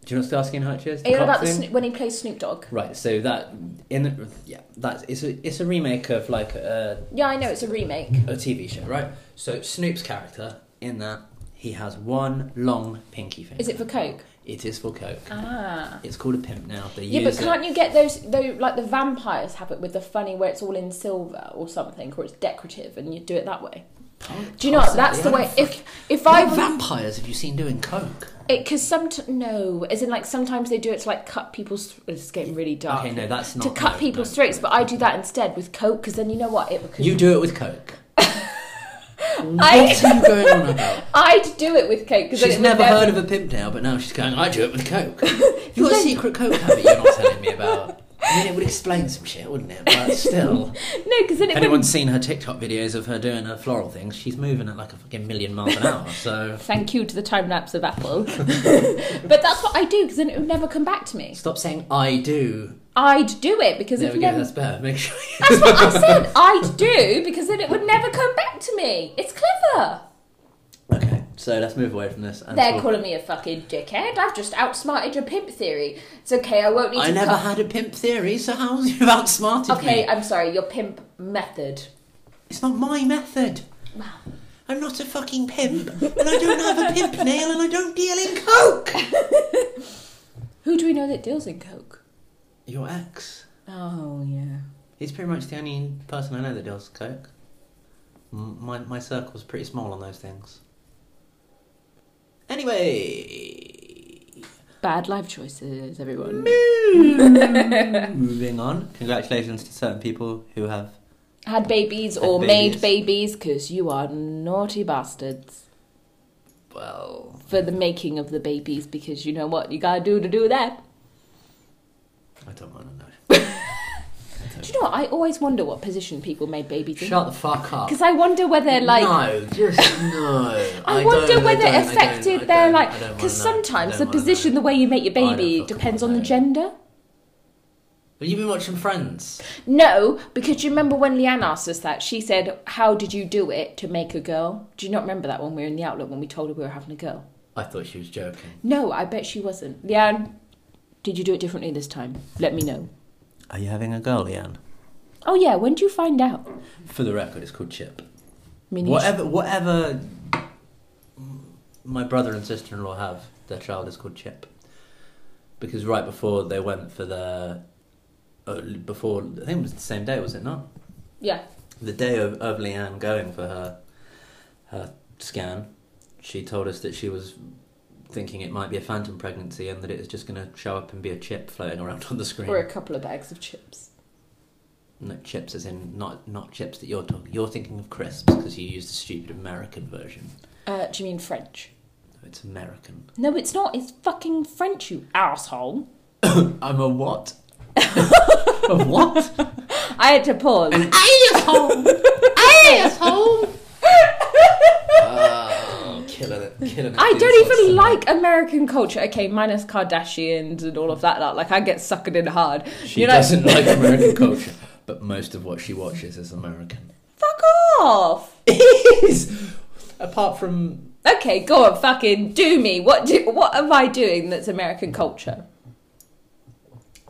Speaker 3: Do you know what Starsky and Hutch is? The
Speaker 4: Are you on about the
Speaker 3: cartoon?
Speaker 4: Snoop, when he plays Snoop Dogg?
Speaker 3: Right, so that in the, yeah, that's it's a it's a remake of like a,
Speaker 4: Yeah, I know it's a remake.
Speaker 3: a TV show, right? So Snoop's character in that he has one long pinky finger.
Speaker 4: Is it for coke?
Speaker 3: It is for coke.
Speaker 4: Ah.
Speaker 3: It's called a pimp now. They
Speaker 4: Yeah, but
Speaker 3: use
Speaker 4: can't you get those though? Like the vampires have it with the funny where it's all in silver or something, or it's decorative, and you do it that way.
Speaker 3: it.
Speaker 4: Do you know what? that's the way? If if
Speaker 3: Five
Speaker 4: I
Speaker 3: Oh, vampires have you seen doing coke?
Speaker 4: because some no, as in like sometimes they do it to like cut people's. It's getting really dark.
Speaker 3: Okay, no, that's not
Speaker 4: Uh, to cut
Speaker 3: no,
Speaker 4: people's
Speaker 3: no,
Speaker 4: throats,
Speaker 3: no.
Speaker 4: but I do that instead with coke because then you know what it because
Speaker 3: You do it with coke. what
Speaker 4: I-
Speaker 3: are you going on about?
Speaker 4: I'd do it with coke because
Speaker 3: She's never heard of a pimp now, but now she's going. I do it with coke. You got a
Speaker 4: Then-
Speaker 3: secret coke habit you're not telling me about. I mean, it would explain some shit, wouldn't it? But still,
Speaker 4: No, because then
Speaker 3: if
Speaker 4: it
Speaker 3: anyone's
Speaker 4: wouldn't.
Speaker 3: seen her TikTok videos of her doing her floral things, she's moving at like a fucking million miles an hour. So
Speaker 4: Thank you to the time lapse of Apple, but that's what I do because then it would never come back to me.
Speaker 3: stop saying I do.
Speaker 4: I'd do it because
Speaker 3: There
Speaker 4: if
Speaker 3: we go.
Speaker 4: never,
Speaker 3: That's better. Make sure. You...
Speaker 4: That's what I said I'd do because then it would never come back to me. It's clever.
Speaker 3: Okay, so let's move away from this. And
Speaker 4: They're
Speaker 3: talk-
Speaker 4: calling me a fucking dickhead. I've just outsmarted your pimp theory. It's okay. I won't need
Speaker 3: I
Speaker 4: to.
Speaker 3: never
Speaker 4: cut-
Speaker 3: had a pimp theory, so how's you outsmarted me?
Speaker 4: okay, I'm sorry. Your pimp method.
Speaker 3: It's not my method. I'm not a fucking pimp, and I don't have a pimp nail, and I don't deal in coke.
Speaker 4: Who do we know that deals in coke?
Speaker 3: Your ex.
Speaker 4: Oh yeah.
Speaker 3: He's pretty much the only person I know that deals coke. M- My my circle's pretty small on those things. Anyway,
Speaker 4: Bad life choices, everyone.
Speaker 3: moving on. Congratulations to certain people who have.
Speaker 4: Had babies
Speaker 3: Had
Speaker 4: or
Speaker 3: babies.
Speaker 4: made babies because you are naughty bastards
Speaker 3: Well,
Speaker 4: for the making of the babies because you know what you gotta do to do that.
Speaker 3: I don't want to know.
Speaker 4: Do you know what? I always wonder what position people made babies in.
Speaker 3: Shut the fuck up.
Speaker 4: Because I wonder whether like
Speaker 3: no, just no.
Speaker 4: I,
Speaker 3: don't,
Speaker 4: wonder whether
Speaker 3: don't, I
Speaker 4: it
Speaker 3: don't, I
Speaker 4: affected their
Speaker 3: don't, I
Speaker 4: like
Speaker 3: don't
Speaker 4: because
Speaker 3: wanna know.
Speaker 4: sometimes
Speaker 3: I
Speaker 4: the
Speaker 3: don't wanna
Speaker 4: position,
Speaker 3: know.
Speaker 4: the way you make your
Speaker 3: I don't
Speaker 4: baby,
Speaker 3: fucking
Speaker 4: depends on
Speaker 3: wanna
Speaker 4: the
Speaker 3: know.
Speaker 4: gender.
Speaker 3: Have you been watching Friends?
Speaker 4: No, because do you remember when Leanne asked us that? She said, "How did you do it to make a girl?" Do you not remember that when we were in the outlook when we told her we were having a girl?
Speaker 3: I thought she was joking.
Speaker 4: No, I bet she wasn't. Leanne, did you do it differently this time? Let me know.
Speaker 3: Are you having a girl, Leanne?
Speaker 4: Oh yeah, when did you find out?
Speaker 3: For the record, it's called Chip.
Speaker 4: I mean, you-
Speaker 3: Whatever, whatever my brother and sister in law have, their child is called Chip. Because right before they went for the. Uh, before, I think it was the same day, was it not?
Speaker 4: Yeah.
Speaker 3: The day of, of Leanne going for her, her scan, she told us that she was thinking it might be a phantom pregnancy and that it was just going to show up and be a chip floating around on the screen.
Speaker 4: Or a couple of bags of chips.
Speaker 3: No, chips as in not not chips that you're talking. You're thinking of crisps because you used the stupid American version.
Speaker 4: Uh, do you mean French?
Speaker 3: It's American.
Speaker 4: No, it's not. It's fucking French, you asshole.
Speaker 3: I'm a what? a what?
Speaker 4: I had to pause.
Speaker 3: An asshole. asshole. oh, killing it, killing it.
Speaker 4: I
Speaker 3: These
Speaker 4: don't
Speaker 3: sorts
Speaker 4: even
Speaker 3: of-
Speaker 4: like American culture. Okay, minus Kardashians and all of that. Like, like I get suckered in hard.
Speaker 3: She
Speaker 4: you know,
Speaker 3: doesn't like American culture, but most of what she watches is American.
Speaker 4: fuck off.
Speaker 3: Is apart from
Speaker 4: Okay, go on, fucking do me. What do, what am I doing that's American culture?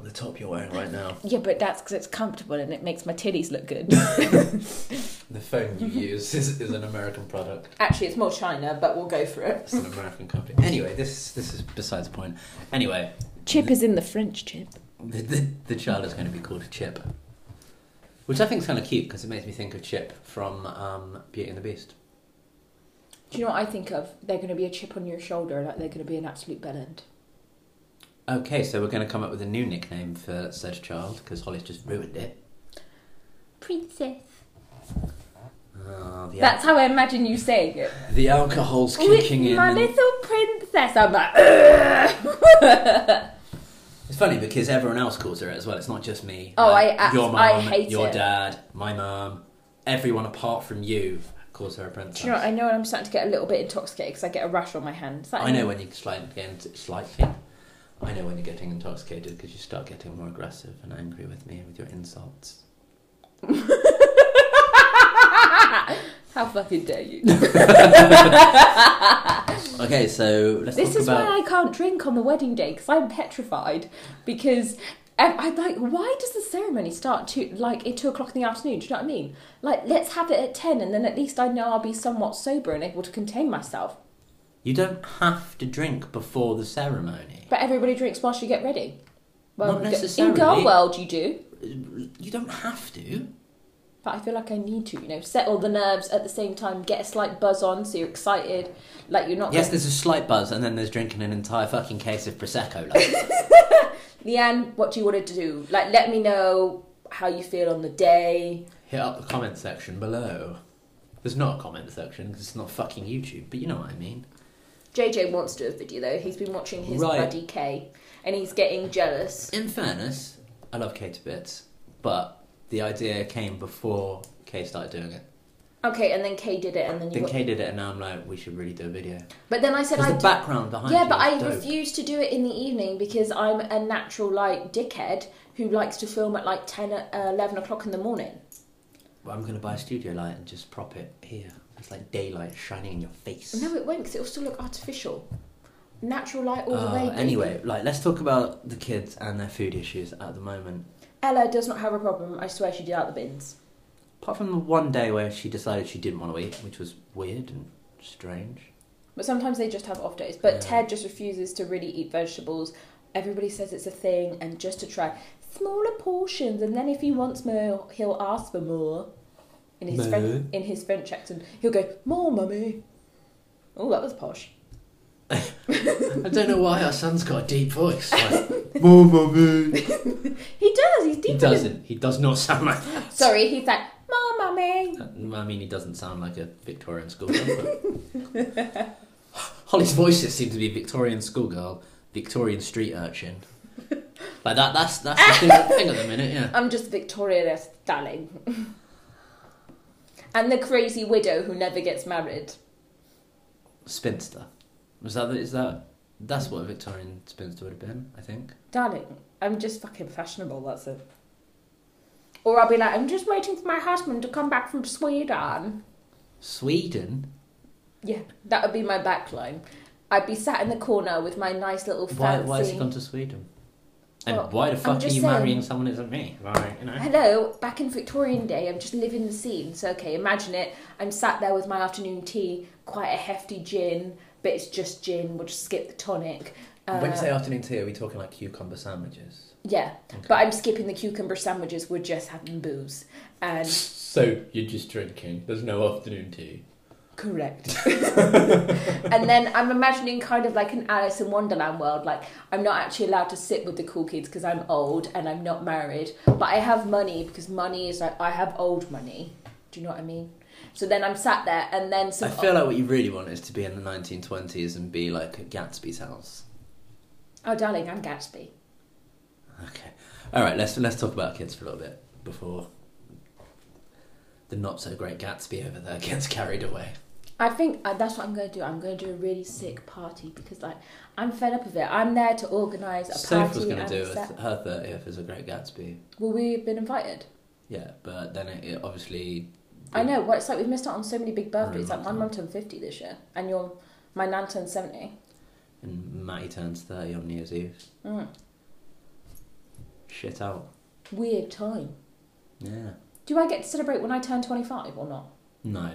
Speaker 3: the top you're wearing right now,
Speaker 4: Yeah, but that's because it's comfortable and it makes my titties look good.
Speaker 3: the phone
Speaker 4: Mm-hmm.
Speaker 3: you use is, is an American product.
Speaker 4: Actually, it's more China, but we'll go for it.
Speaker 3: It's an American company. Anyway, this this is besides the point. Anyway,
Speaker 4: Chip is in the French chip.
Speaker 3: the, the, the child is going to be called a Chip, which I think is kind of cute because it makes me think of Chip from um, Beauty and the Beast.
Speaker 4: Do you know what I think of? They're going to be a chip on your shoulder, like they're going to be an absolute bell end.
Speaker 3: Okay, so we're going to come up with a new nickname for said child because Holly's just ruined it.
Speaker 4: Princess.
Speaker 3: Uh, Ah, the,
Speaker 4: That's how I imagine you saying it.
Speaker 3: al- the alcohol's
Speaker 4: With
Speaker 3: kicking in.
Speaker 4: my
Speaker 3: and-
Speaker 4: little princess, I'm like. "Ugh."
Speaker 3: It's funny because everyone else calls her it as well. It's not just me.
Speaker 4: Oh, I abs-
Speaker 3: your mum,
Speaker 4: I hate
Speaker 3: your
Speaker 4: it.
Speaker 3: dad, my mum, everyone apart from you calls her a princess.
Speaker 4: Do you know? what, I know I'm starting to get a little bit intoxicated because I get a rash on my hand. Is that
Speaker 3: I know when you're slightly, getting- slightly. I know when you're getting intoxicated because you start getting more aggressive and angry with me with your insults.
Speaker 4: How fucking dare you?
Speaker 3: Okay, so let's
Speaker 4: This
Speaker 3: talk
Speaker 4: is
Speaker 3: about.
Speaker 4: why I can't drink on the wedding day because I'm petrified. Because um, I'm like, why does the ceremony start to like at two o'clock in the afternoon? Do you know what I mean? Like, let's have it at ten, and then at least I know I'll be somewhat sober and able to contain myself.
Speaker 3: You don't have to drink before the ceremony.
Speaker 4: But everybody drinks whilst you get ready.
Speaker 3: Not
Speaker 4: in g- in
Speaker 3: necessarily.
Speaker 4: girl world, you do.
Speaker 3: You don't have to.
Speaker 4: But I feel like I need to, you know, settle the nerves at the same time, get a slight buzz on so you're excited, like you're not.
Speaker 3: Yes,
Speaker 4: getting-
Speaker 3: there's a slight buzz, and then there's drinking an entire fucking case of prosecco. Like,
Speaker 4: Leanne, what do you want to do? Like, let me know how you feel on the day.
Speaker 3: hit up the comment section below. There's not a comment section because it's not fucking YouTube, but you know what I mean.
Speaker 4: JJ wants to do a video though. He's been watching his
Speaker 3: Right.
Speaker 4: buddy K, and he's getting jealous.
Speaker 3: In fairness, I love Kate a bit, but the idea came before Kay started doing it.
Speaker 4: Okay, and then K did it, and then you.
Speaker 3: Then
Speaker 4: got-
Speaker 3: Kay did it, and now I'm like, we should really do a video.
Speaker 4: But then I said
Speaker 3: Because
Speaker 4: I.
Speaker 3: the background behind
Speaker 4: yeah,
Speaker 3: you
Speaker 4: but
Speaker 3: is
Speaker 4: I
Speaker 3: dope.
Speaker 4: refuse to do it in the evening because I'm a natural like dickhead who likes to film at like 10, uh, 11 o'clock in the morning.
Speaker 3: Well, I'm going to buy a studio light and just prop it here. It's like daylight shining in your face.
Speaker 4: No, it won't because it'll still look artificial. Natural light all the
Speaker 3: Uh,
Speaker 4: way. baby.
Speaker 3: anyway, like let's talk about the kids and their food issues at the moment.
Speaker 4: Ella does not have a problem. I swear she did out the bins.
Speaker 3: Apart from the one day where she decided she didn't want to eat, which was weird and strange.
Speaker 4: But sometimes they just have off days. But
Speaker 3: Yeah.
Speaker 4: Ted just refuses to really eat vegetables. Everybody says it's a thing, and just to try smaller portions, and then if he wants more, he'll ask for more. In his
Speaker 3: More.
Speaker 4: French, in his French accent, he'll go more, mummy. Oh, that was posh.
Speaker 3: I don't know why our son's got a deep voice. Like, Mama me.
Speaker 4: He does. He's deep.
Speaker 3: He
Speaker 4: in his-
Speaker 3: doesn't. He does not sound like that.
Speaker 4: Sorry, he's like more, mummy.
Speaker 3: I mean, he doesn't sound like a Victorian schoolgirl. but- Holly's voices seem to be Victorian schoolgirl, Victorian street urchin. Like that. That's that's the thing, thing at the minute. Yeah.
Speaker 4: I'm just Victoria darling. and the crazy widow who never gets married.
Speaker 3: Spinster. Was that? the- Is that? That's what a Victorian spinster would have been. I think.
Speaker 4: Darling, I'm just fucking fashionable, that's it. Or I'll be like, I'm just waiting for my husband to come back from Sweden.
Speaker 3: Sweden.
Speaker 4: Yeah, that would be my backline. I'd be sat in the corner with my nice little
Speaker 3: Why?
Speaker 4: fancy.
Speaker 3: Why has he gone to Sweden? And
Speaker 4: Well,
Speaker 3: why the fuck are
Speaker 4: just
Speaker 3: you
Speaker 4: saying-
Speaker 3: marrying someone that isn't me? Like, you know.
Speaker 4: Hello, back in Victorian day, I'm just living the scene. So, okay, imagine it. I'm sat there with my afternoon tea, quite a hefty gin, but it's just gin, we'll just skip the tonic. Uh,
Speaker 3: when you say afternoon tea, are we talking like cucumber sandwiches?
Speaker 4: yeah, but I'm skipping the cucumber sandwiches, we're just having booze. And
Speaker 3: So you're just drinking. There's no afternoon tea.
Speaker 4: Correct. and then I'm imagining kind of like an Alice in Wonderland world. Like I'm not actually allowed to sit with the cool kids because I'm old and I'm not married, but I have money because money is like I have old money. Do you know what I mean? So then I'm sat there, and then
Speaker 3: I
Speaker 4: some.
Speaker 3: feel like what you really want is to be in the 1920s and be like at Gatsby's house.
Speaker 4: oh, darling, I'm Gatsby.
Speaker 3: Okay. All right. Let's let's talk about kids for a little bit before the not so great Gatsby over there gets carried away.
Speaker 4: I think uh, that's what I'm going to do. I'm going to do a really sick party because, like, I'm fed up of it. I'm there to organise a
Speaker 3: Soph
Speaker 4: party.
Speaker 3: was going
Speaker 4: and
Speaker 3: to do
Speaker 4: a
Speaker 3: a
Speaker 4: set-
Speaker 3: th- her 30th as a great Gatsby.
Speaker 4: Well, we've been invited.
Speaker 3: Yeah, but then it, it obviously.
Speaker 4: I know. Well, it's like we've missed out on so many big birthdays.
Speaker 3: Really
Speaker 4: Like my
Speaker 3: not
Speaker 4: mum turned fifty this year, and your my nan turned seventy.
Speaker 3: And Matty turns 30 on New Year's Eve.
Speaker 4: Mm.
Speaker 3: Shit out.
Speaker 4: Weird time.
Speaker 3: Yeah.
Speaker 4: Do I get to celebrate when I turn twenty five or not?
Speaker 3: No.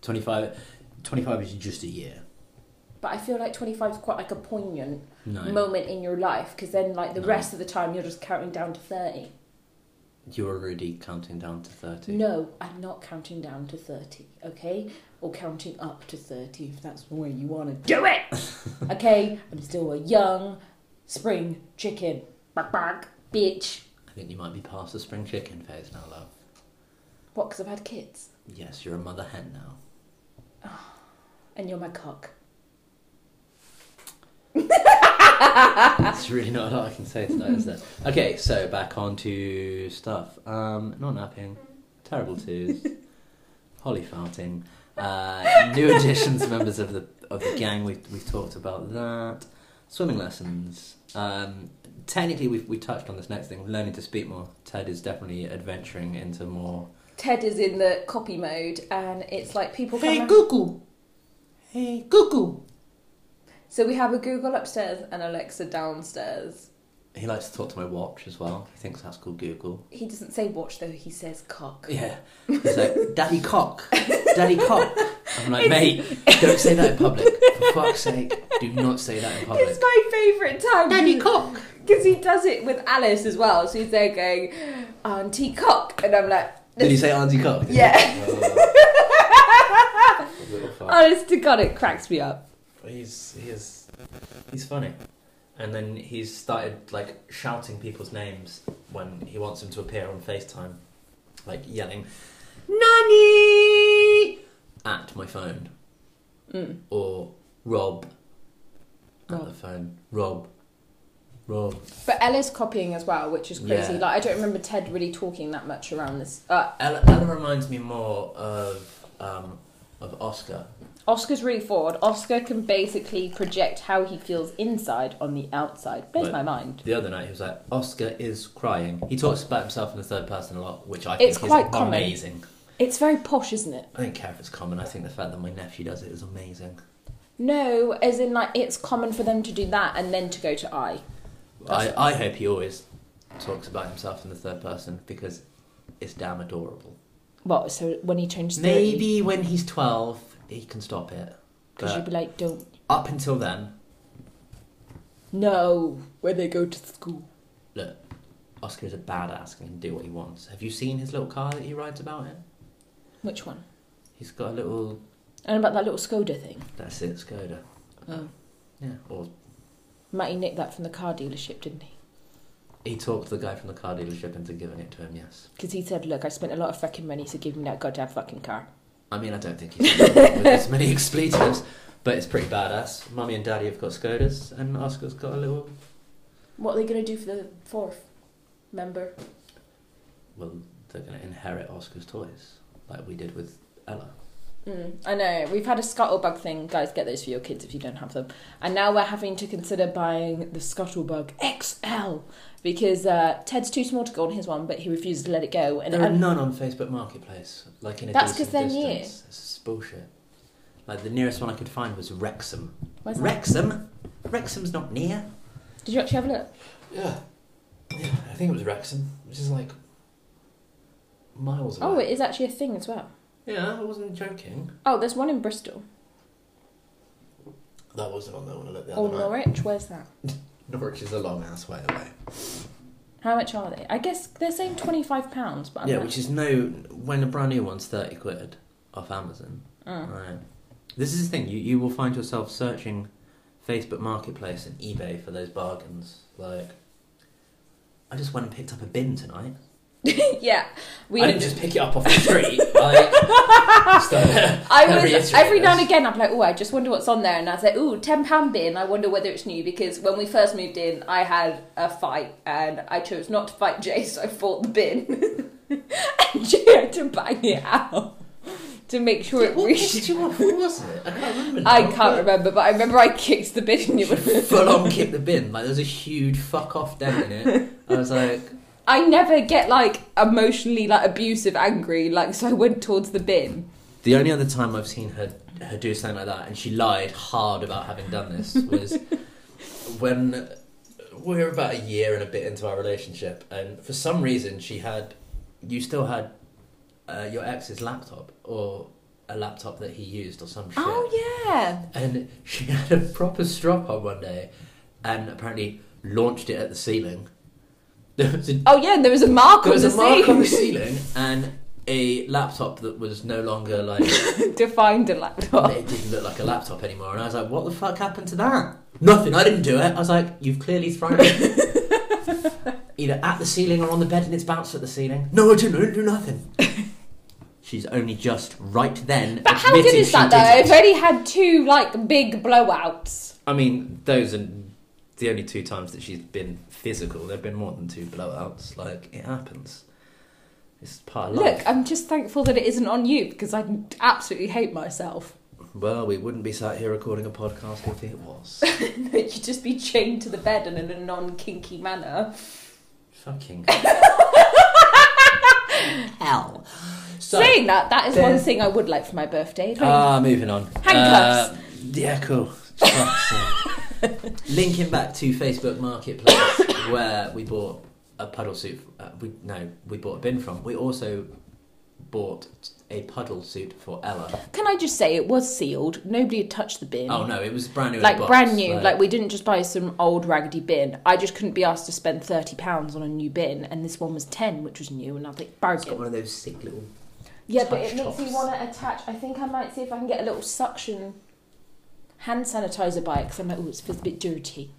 Speaker 3: 25, 25 is just a year.
Speaker 4: But I feel like twenty five is quite like a poignant
Speaker 3: No.
Speaker 4: moment in your life because then like the
Speaker 3: No.
Speaker 4: rest of the time you're just counting down to thirty.
Speaker 3: You're already counting down to 30.
Speaker 4: No, I'm not counting down to thirty. Okay, or counting up to thirty if that's where you want to do it. okay, I'm still a young spring chicken. Bark bark, bitch.
Speaker 3: I think you might be past the spring chicken phase now, love.
Speaker 1: What? Because I've had kids,
Speaker 3: Yes, you're a mother hen now.
Speaker 1: and you're my cock.
Speaker 3: That's really not a lot I can say tonight, is there? Okay, so back on to stuff. Um, not napping, terrible twos, Holly farting. Uh, new additions, members of the of the gang. We we talked about that. Swimming lessons. Um, technically, we we touched on this next thing. Learning to speak more. Ted is definitely adventuring into more.
Speaker 1: Ted is in the copy mode, and it's like people. come round-
Speaker 3: Google. Hey Google.
Speaker 1: So we have a Google upstairs and Alexa downstairs.
Speaker 3: He likes to talk to my watch as well. He thinks that's called Google.
Speaker 1: He doesn't say watch though; he says cock.
Speaker 3: Yeah. He's like, Daddy cock, Daddy cock. I'm like, mate, don't say that in public. For fuck's sake, do not say that in
Speaker 1: It's
Speaker 3: public.
Speaker 1: my favourite time.
Speaker 3: cock.
Speaker 1: Because he does it with Alice as well. So he's there going, Auntie Cock. And I'm like,
Speaker 3: Did you say auntie cock?
Speaker 1: Yeah.
Speaker 3: Oh. Little
Speaker 1: Uh,
Speaker 3: fuck.
Speaker 4: Honest to God, it cracks me up.
Speaker 3: He's he is he's funny. And then he's started like shouting people's names when he wants them to appear on FaceTime. Like yelling Nanny at my phone.
Speaker 4: Mm.
Speaker 3: Or Rob at
Speaker 4: Rob.
Speaker 3: the phone. Rob. Rob.
Speaker 1: But Ella's copying as well, which is crazy.
Speaker 3: Yeah.
Speaker 1: Like, I don't remember Ted really talking that much around this. Uh,
Speaker 3: Ella, Ella reminds me more of um, of Oscar.
Speaker 4: Oscar's really forward. Oscar can basically project how he feels inside on the outside. Blows
Speaker 3: Right.
Speaker 4: my mind.
Speaker 3: The other night he was like, Oscar is crying. He talks about himself in the third person a lot, which I think
Speaker 4: It's
Speaker 3: is
Speaker 4: quite common.
Speaker 3: amazing.
Speaker 4: It's very posh, isn't it?
Speaker 3: I don't care if it's common. I think the fact that my nephew does it is amazing.
Speaker 4: No, as in like it's common for them to do that and then to go to I.
Speaker 3: I, I hope he always talks about himself in the third person because it's damn adorable.
Speaker 4: What? So when he changes,
Speaker 3: Maybe when he's 12, he can stop it.
Speaker 4: because you'd
Speaker 3: But
Speaker 4: be like, don't.
Speaker 3: up until then,
Speaker 4: No, when they go to school.
Speaker 3: look, Oscar is a badass and can do what he wants. Have you seen his little car that he rides about in?
Speaker 4: Which one?
Speaker 3: He's got a little
Speaker 4: And about that little Skoda thing.
Speaker 3: That's it, Skoda.
Speaker 4: Oh.
Speaker 3: Yeah. Or
Speaker 4: Matty nicked that from the car dealership, didn't he?
Speaker 3: he talked the guy from the car dealership into giving it to him. Yes.
Speaker 4: Because he said, look, I spent a lot of fucking money, so give me that goddamn fucking car.
Speaker 3: I mean, I don't think he's with as many expletives, but it's pretty badass. Mummy and Daddy have got Skodas, and Oscar's got a little.
Speaker 1: what are they going to do for the fourth member?
Speaker 3: Well, they're going to inherit Oscar's toys, like we did with Ella.
Speaker 4: Mm, I know. We've had a scuttlebug thing. Guys, get those for your kids if you don't have them. And now we're having to consider buying the scuttlebug XL because uh, Ted's too small to go on his one, but he refuses to let it go. And um,
Speaker 3: there are
Speaker 4: and-
Speaker 3: none on Facebook Marketplace, like in a
Speaker 4: That's 'cause
Speaker 3: decent
Speaker 4: they're
Speaker 3: distance.
Speaker 4: new.
Speaker 3: This is bullshit. Like the nearest one I could find was Wrexham.
Speaker 4: Where's that?
Speaker 3: Wrexham. Wrexham's not near.
Speaker 4: Did you actually have a look?
Speaker 3: Yeah. Yeah, I think it was Wrexham, which is like miles
Speaker 4: Oh,
Speaker 3: away.
Speaker 4: it is actually a thing as well.
Speaker 3: Yeah, I wasn't joking.
Speaker 4: Oh, there's one in Bristol.
Speaker 3: That wasn't on there when I looked the
Speaker 4: Or Oh, Norwich. Where's that?
Speaker 3: Norwich is a long ass way away.
Speaker 4: How much are they? I guess they're saying £25, pounds, but I'm
Speaker 3: yeah,
Speaker 4: like,
Speaker 3: which is no. When a brand new one's 30 quid off Amazon.
Speaker 4: Mm.
Speaker 3: Right. This is the thing, you, you will find yourself searching Facebook Marketplace and eBay for those bargains. Like, I just went and picked up a bin tonight.
Speaker 4: yeah. We,
Speaker 3: I didn't just pick it up off the street. like, so-
Speaker 4: I
Speaker 3: I'll
Speaker 4: was
Speaker 3: reiterate
Speaker 4: every now and
Speaker 3: this.
Speaker 4: again. I'm like, oh, I just wonder what's on there, and I say, oh, ten pound bin. I wonder whether it's new because when we first moved in, I had a fight and I chose not to fight Jay, so I fought the bin, and Jay had to bang it out to make sure it
Speaker 3: What
Speaker 4: reached.
Speaker 3: did you want? What was it? I can't remember.
Speaker 4: I
Speaker 3: now,
Speaker 4: can't
Speaker 3: but-
Speaker 4: remember, but I remember I kicked the bin and it was.
Speaker 3: full on kick the bin. Like there's a huge fuck off dent in it. I was like,
Speaker 4: I never get like emotionally like abusive, angry, like so I went towards the bin.
Speaker 3: the only other time I've seen her her do something like that, and she lied hard about having done this, was when we were about a year and a bit into our relationship, and for some reason she had, you still had uh, your ex's laptop or a laptop that he used or some shit.
Speaker 4: Oh yeah.
Speaker 3: and she had a proper strop on one day, and apparently launched it at the ceiling. There was a
Speaker 4: Oh yeah, and there was a mark
Speaker 3: There was a
Speaker 4: on the
Speaker 3: mark on the
Speaker 4: seat.
Speaker 3: ceiling and a laptop that was no longer like
Speaker 4: Defined a laptop.
Speaker 3: it didn't look like a laptop anymore. And I was like, "What the fuck happened to that?" Nothing. I didn't do it. I was like, "You've clearly thrown it either at the ceiling or on the bed, and it's bounced at the ceiling." No, I didn't. I didn't do nothing. She's only just right then.
Speaker 1: But how good
Speaker 3: admitted
Speaker 1: is
Speaker 3: she
Speaker 1: that though? I've
Speaker 3: did it.
Speaker 1: only had two like big blowouts.
Speaker 3: I mean, those are the only two times that she's been physical. There've been more than two blowouts. Like it happens. It's part of life.
Speaker 4: Look, I'm just thankful that it isn't on you because I absolutely hate myself.
Speaker 3: Well, we wouldn't be sat here recording a podcast if it was.
Speaker 1: You'd just be chained to the bed and in a non kinky manner.
Speaker 3: Fucking hell. So,
Speaker 4: Saying that, that is one
Speaker 3: then-
Speaker 4: thing I would like for my birthday. Like,
Speaker 1: Uh,
Speaker 3: ah, moving on.
Speaker 4: Handcuffs.
Speaker 3: Uh, yeah, cool. Fuck's sake. Linking back to Facebook Marketplace, where we bought a puddle suit. Uh, we no, we bought a bin from. We also bought a puddle suit for Ella.
Speaker 4: can I just say it was sealed? Nobody had touched the bin.
Speaker 3: Oh no, it was brand new. in a
Speaker 4: Like
Speaker 3: box,
Speaker 4: brand new,
Speaker 3: so-
Speaker 4: like we didn't just buy some old raggedy bin. I just couldn't be asked to spend thirty pounds on a new bin, and this one was ten, which was new, and I was like
Speaker 3: It's got
Speaker 4: bargain.
Speaker 3: one of those sick little.
Speaker 4: Yeah, but it
Speaker 3: touch
Speaker 4: makes me
Speaker 3: tops.
Speaker 4: want to attach. I think I might see if I can get a little suction hand sanitizer by it because I'm like, oh, it feels a bit dirty.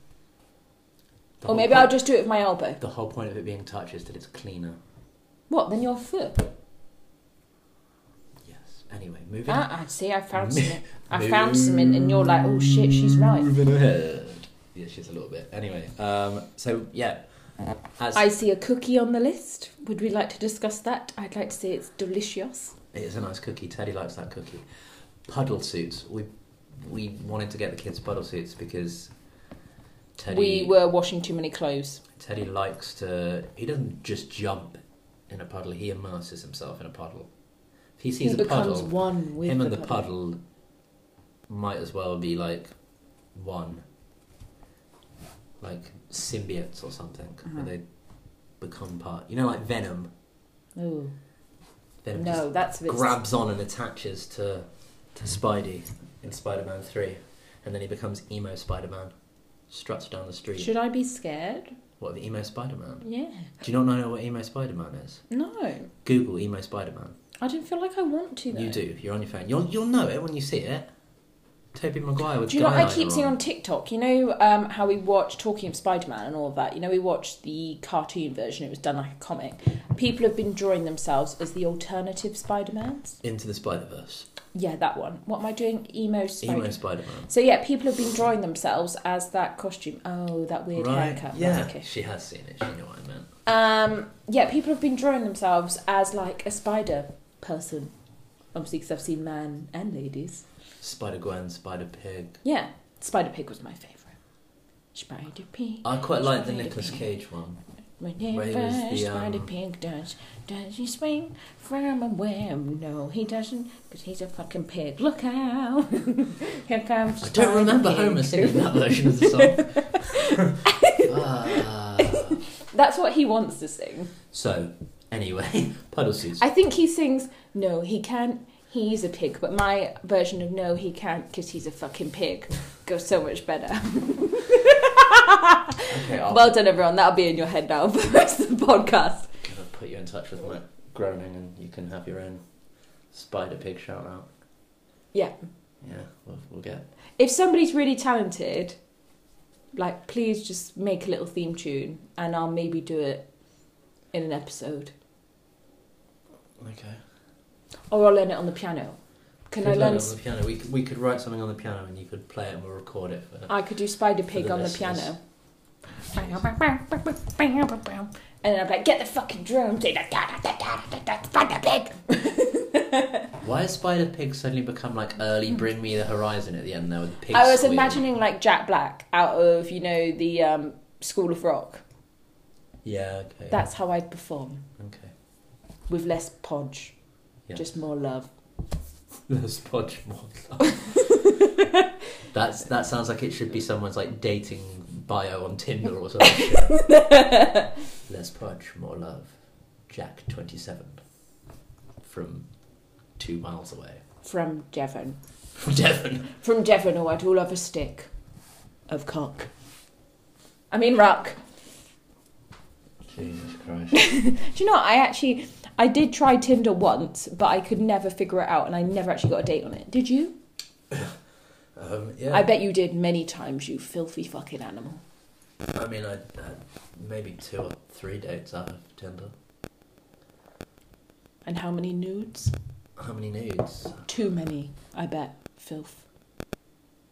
Speaker 3: the
Speaker 4: or
Speaker 3: whole
Speaker 4: maybe
Speaker 3: point-
Speaker 4: I'll just do it with my elbow.
Speaker 3: The whole point of it being touch is that it's cleaner.
Speaker 4: What? Then your foot?
Speaker 3: Yes. Anyway, moving. on.
Speaker 4: Ah, I see. I found something. I found something, and you're like, oh shit, she's right.
Speaker 3: Moving ahead. Yeah, she's a little bit. Anyway, um, so yeah, as
Speaker 4: I see a cookie on the list. Would we like to discuss that? I'd like to say it's delicious.
Speaker 3: it is a nice cookie. Teddy likes that cookie. Puddle suits. We we wanted to get the kids puddle suits because Teddy
Speaker 4: We were washing too many clothes.
Speaker 3: Teddy likes to. He doesn't just jump in a puddle. He immerses himself in a puddle. If he sees
Speaker 4: he
Speaker 3: a
Speaker 4: becomes
Speaker 3: puddle,
Speaker 4: one with
Speaker 3: him
Speaker 4: the
Speaker 3: and the puddle. might as well be like one, like symbiotes or something, where
Speaker 4: Mhm.
Speaker 3: they become part. You know, like Venom.
Speaker 4: Oh
Speaker 3: Venom
Speaker 4: no, that's a bit.
Speaker 3: just grabs on and attaches to to Spidey in Spider-Man Three, and then he becomes emo Spider-Man. Struts down the street.
Speaker 4: Should I be scared?
Speaker 3: What the emo Spider-Man?
Speaker 4: Yeah.
Speaker 3: Do you not know what emo Spider-Man is?
Speaker 4: No,
Speaker 3: Google emo Spider-Man.
Speaker 4: I don't feel like I want to. Though.
Speaker 3: You do. You're on your phone. You'll you'll know it when you see it. Toby Maguire with
Speaker 4: Do you know
Speaker 3: guy
Speaker 4: what I keep
Speaker 3: eyeliner
Speaker 4: seeing
Speaker 3: on.
Speaker 4: on TikTok? You know um, how we watch Talking of Spider Man and all of that? You know, we watched the cartoon version, it was done like a comic. People have been drawing themselves as the alternative Spider Mans.
Speaker 3: Into the Spider Verse.
Speaker 4: Yeah, that one. What am I doing? Emo Spider
Speaker 3: Emo
Speaker 4: Man.
Speaker 3: Spider Man.
Speaker 4: So, yeah, people have been drawing themselves as that costume. Oh, that weird haircut. Right,
Speaker 3: Yeah.
Speaker 4: okay.
Speaker 3: She has seen it. She knew what I meant.
Speaker 4: Um, yeah, people have been drawing themselves as like a spider person. Obviously, because I've seen man and ladies.
Speaker 3: Spider Gwen, Spider Pig.
Speaker 4: Yeah, Spider Pig was my favourite. Spider Pig.
Speaker 3: I quite like the
Speaker 4: Spider
Speaker 3: Nicolas
Speaker 4: Pig.
Speaker 3: Cage one.
Speaker 4: Whenever
Speaker 3: Where he was the,
Speaker 4: Spider
Speaker 3: um,
Speaker 4: Pig does, does he swing from a web? No, he doesn't, because he's a fucking pig. Look out! Here comes.
Speaker 3: I don't remember
Speaker 4: Spider
Speaker 3: Homer
Speaker 4: Pig.
Speaker 3: singing that version of the song. Ah.
Speaker 4: That's what he wants to sing.
Speaker 3: so, anyway, puddle suits.
Speaker 4: I think he sings, No, he can't, he's a pig, but my version of No, he can't, because he's a fucking pig goes so much better.
Speaker 3: okay, I'll
Speaker 4: well done, everyone. That'll be in your head now for the rest of the podcast.
Speaker 3: I'll put you in touch with Matt Groening and you can have your own Spider Pig shout out.
Speaker 4: Yeah.
Speaker 3: Yeah, we'll, we'll get.
Speaker 4: if somebody's really talented, like please just make a little theme tune and I'll maybe do it in an episode.
Speaker 3: Okay.
Speaker 4: Or I'll learn it on the piano. Can
Speaker 3: Could
Speaker 4: I
Speaker 3: play
Speaker 4: learn
Speaker 3: it on the piano? We could, we could write something on the piano and you could play it and we'll record it. For,
Speaker 4: I could do Spider Pig
Speaker 3: the
Speaker 4: on the
Speaker 3: listeners.
Speaker 4: piano. And then I'd be like, get the fucking drums. da, da, da, da, da, da, da, Spider Pig.
Speaker 3: Why has Spider Pig suddenly become like early Bring Me the Horizon at the end there with the pig?
Speaker 4: Hmm. I was
Speaker 3: squeal?
Speaker 4: imagining like Jack Black out of, you know, the um, School of Rock.
Speaker 3: Yeah, okay.
Speaker 4: That's how I'd perform
Speaker 3: Okay.
Speaker 4: with less podge,
Speaker 3: Yeah.
Speaker 4: just more love.
Speaker 3: There's That's that sounds like it should be someone's like dating bio on Tinder or something. Less Podge, more love. Jack twenty seven. From two miles away.
Speaker 4: From Devon.
Speaker 3: From Devon.
Speaker 4: From Devon, or I'd all have a stick of cock. I mean, rock.
Speaker 3: Jesus Christ.
Speaker 4: Do you know, what? I actually, I did try Tinder once, but I could never figure it out, and I never actually got a date on it. Did you?
Speaker 3: Um, yeah.
Speaker 4: I bet you did many times, you filthy fucking animal.
Speaker 3: I mean I had maybe two or three dates out of Tinder.
Speaker 4: And how many nudes?
Speaker 3: How many nudes?
Speaker 4: Too many, I bet. Filth.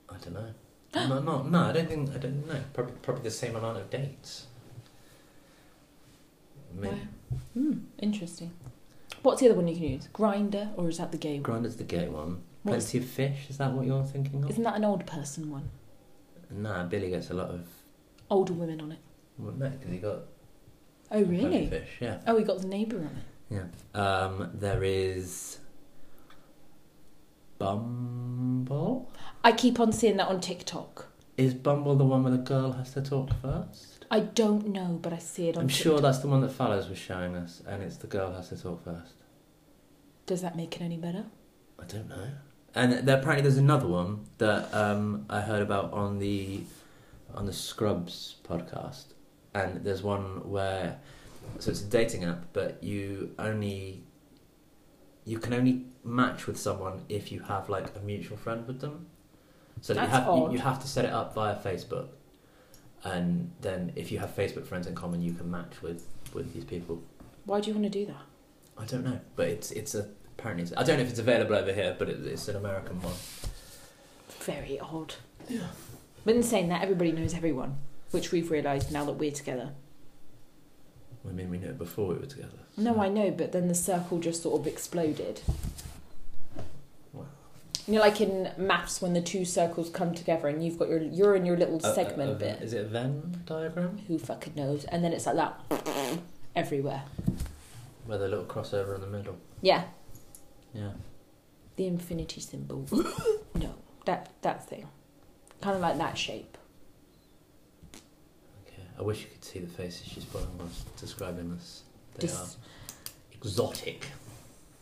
Speaker 3: I don't know. No, no, no. I don't think. I don't know. Probably, probably the same amount of dates. I mean,
Speaker 4: Hmm, interesting. What's the other one you can use? Grinder, or is that the gay one?
Speaker 3: Grinder's the gay one.
Speaker 4: What's-
Speaker 3: Plenty of fish. Is that what you're thinking of?
Speaker 4: Isn't that an old person one?
Speaker 3: Nah, Billy gets a lot of.
Speaker 4: Older women on it.
Speaker 3: Well, no, because he got plenty
Speaker 4: Oh,
Speaker 3: of
Speaker 4: really?
Speaker 3: fish. Yeah.
Speaker 4: Oh, we got the neighbour on it.
Speaker 3: Um, there is Bumble.
Speaker 4: I keep on seeing that on TikTok.
Speaker 3: Is Bumble the one where the girl has to talk first?
Speaker 4: I don't know, but I see it on
Speaker 3: I'm
Speaker 4: TikTok.
Speaker 3: sure that's the one that Fallows was showing us, and it's the girl has to talk first.
Speaker 4: Does that make it any better?
Speaker 3: I don't know. And there, apparently, there's another one that um, I heard about on the on the Scrubs podcast, and there's one where so it's a dating app, but you only you can only match with someone if you have like a mutual friend with them. So that you
Speaker 4: That's
Speaker 3: have you,
Speaker 4: odd.
Speaker 3: you have to set it up via Facebook, and then if you have Facebook friends in common, you can match with with these people.
Speaker 4: Why do you want to do that?
Speaker 3: I don't know, but it's it's a apparently it's, I don't know if it's available over here, but it, it's an American one.
Speaker 4: Very odd. But in saying that, everybody knows everyone, which we've realised now that we're together.
Speaker 3: I mean, we knew it before we were together.
Speaker 4: No, I know, but then the circle just sort of exploded.
Speaker 3: Wow.
Speaker 4: You know, like in maths, when the two circles come together and you've got your you're in your little
Speaker 3: A- a-
Speaker 4: segment
Speaker 3: a-
Speaker 4: bit.
Speaker 3: Uh, Is it a Venn diagram?
Speaker 4: Who fucking knows? And then it's like that everywhere.
Speaker 3: With a little crossover in the middle.
Speaker 4: Yeah,
Speaker 3: Yeah.
Speaker 4: the infinity symbol. no, that that thing, kind of like that shape.
Speaker 3: Okay. I wish you could see the faces she's putting on us describing this. They
Speaker 4: Dis-
Speaker 3: are exotic.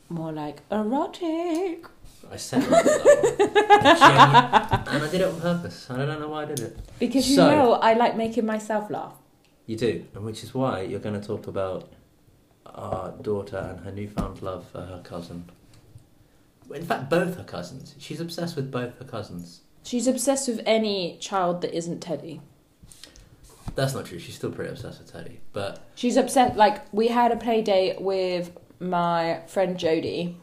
Speaker 4: More like erotic.
Speaker 3: I said that. that one. Genu- and I did it on purpose. I don't know why I did it.
Speaker 4: Because you
Speaker 3: So-
Speaker 4: know, I like making myself laugh.
Speaker 3: You do, and which is why you're going to talk about our daughter and her newfound love for her cousin. In fact, both her cousins. She's obsessed with both her cousins.
Speaker 4: She's obsessed with any child that isn't Teddy.
Speaker 3: That's not true. She's still pretty obsessed with Teddy, but
Speaker 4: She's upset. Like we had a play date with my friend Jody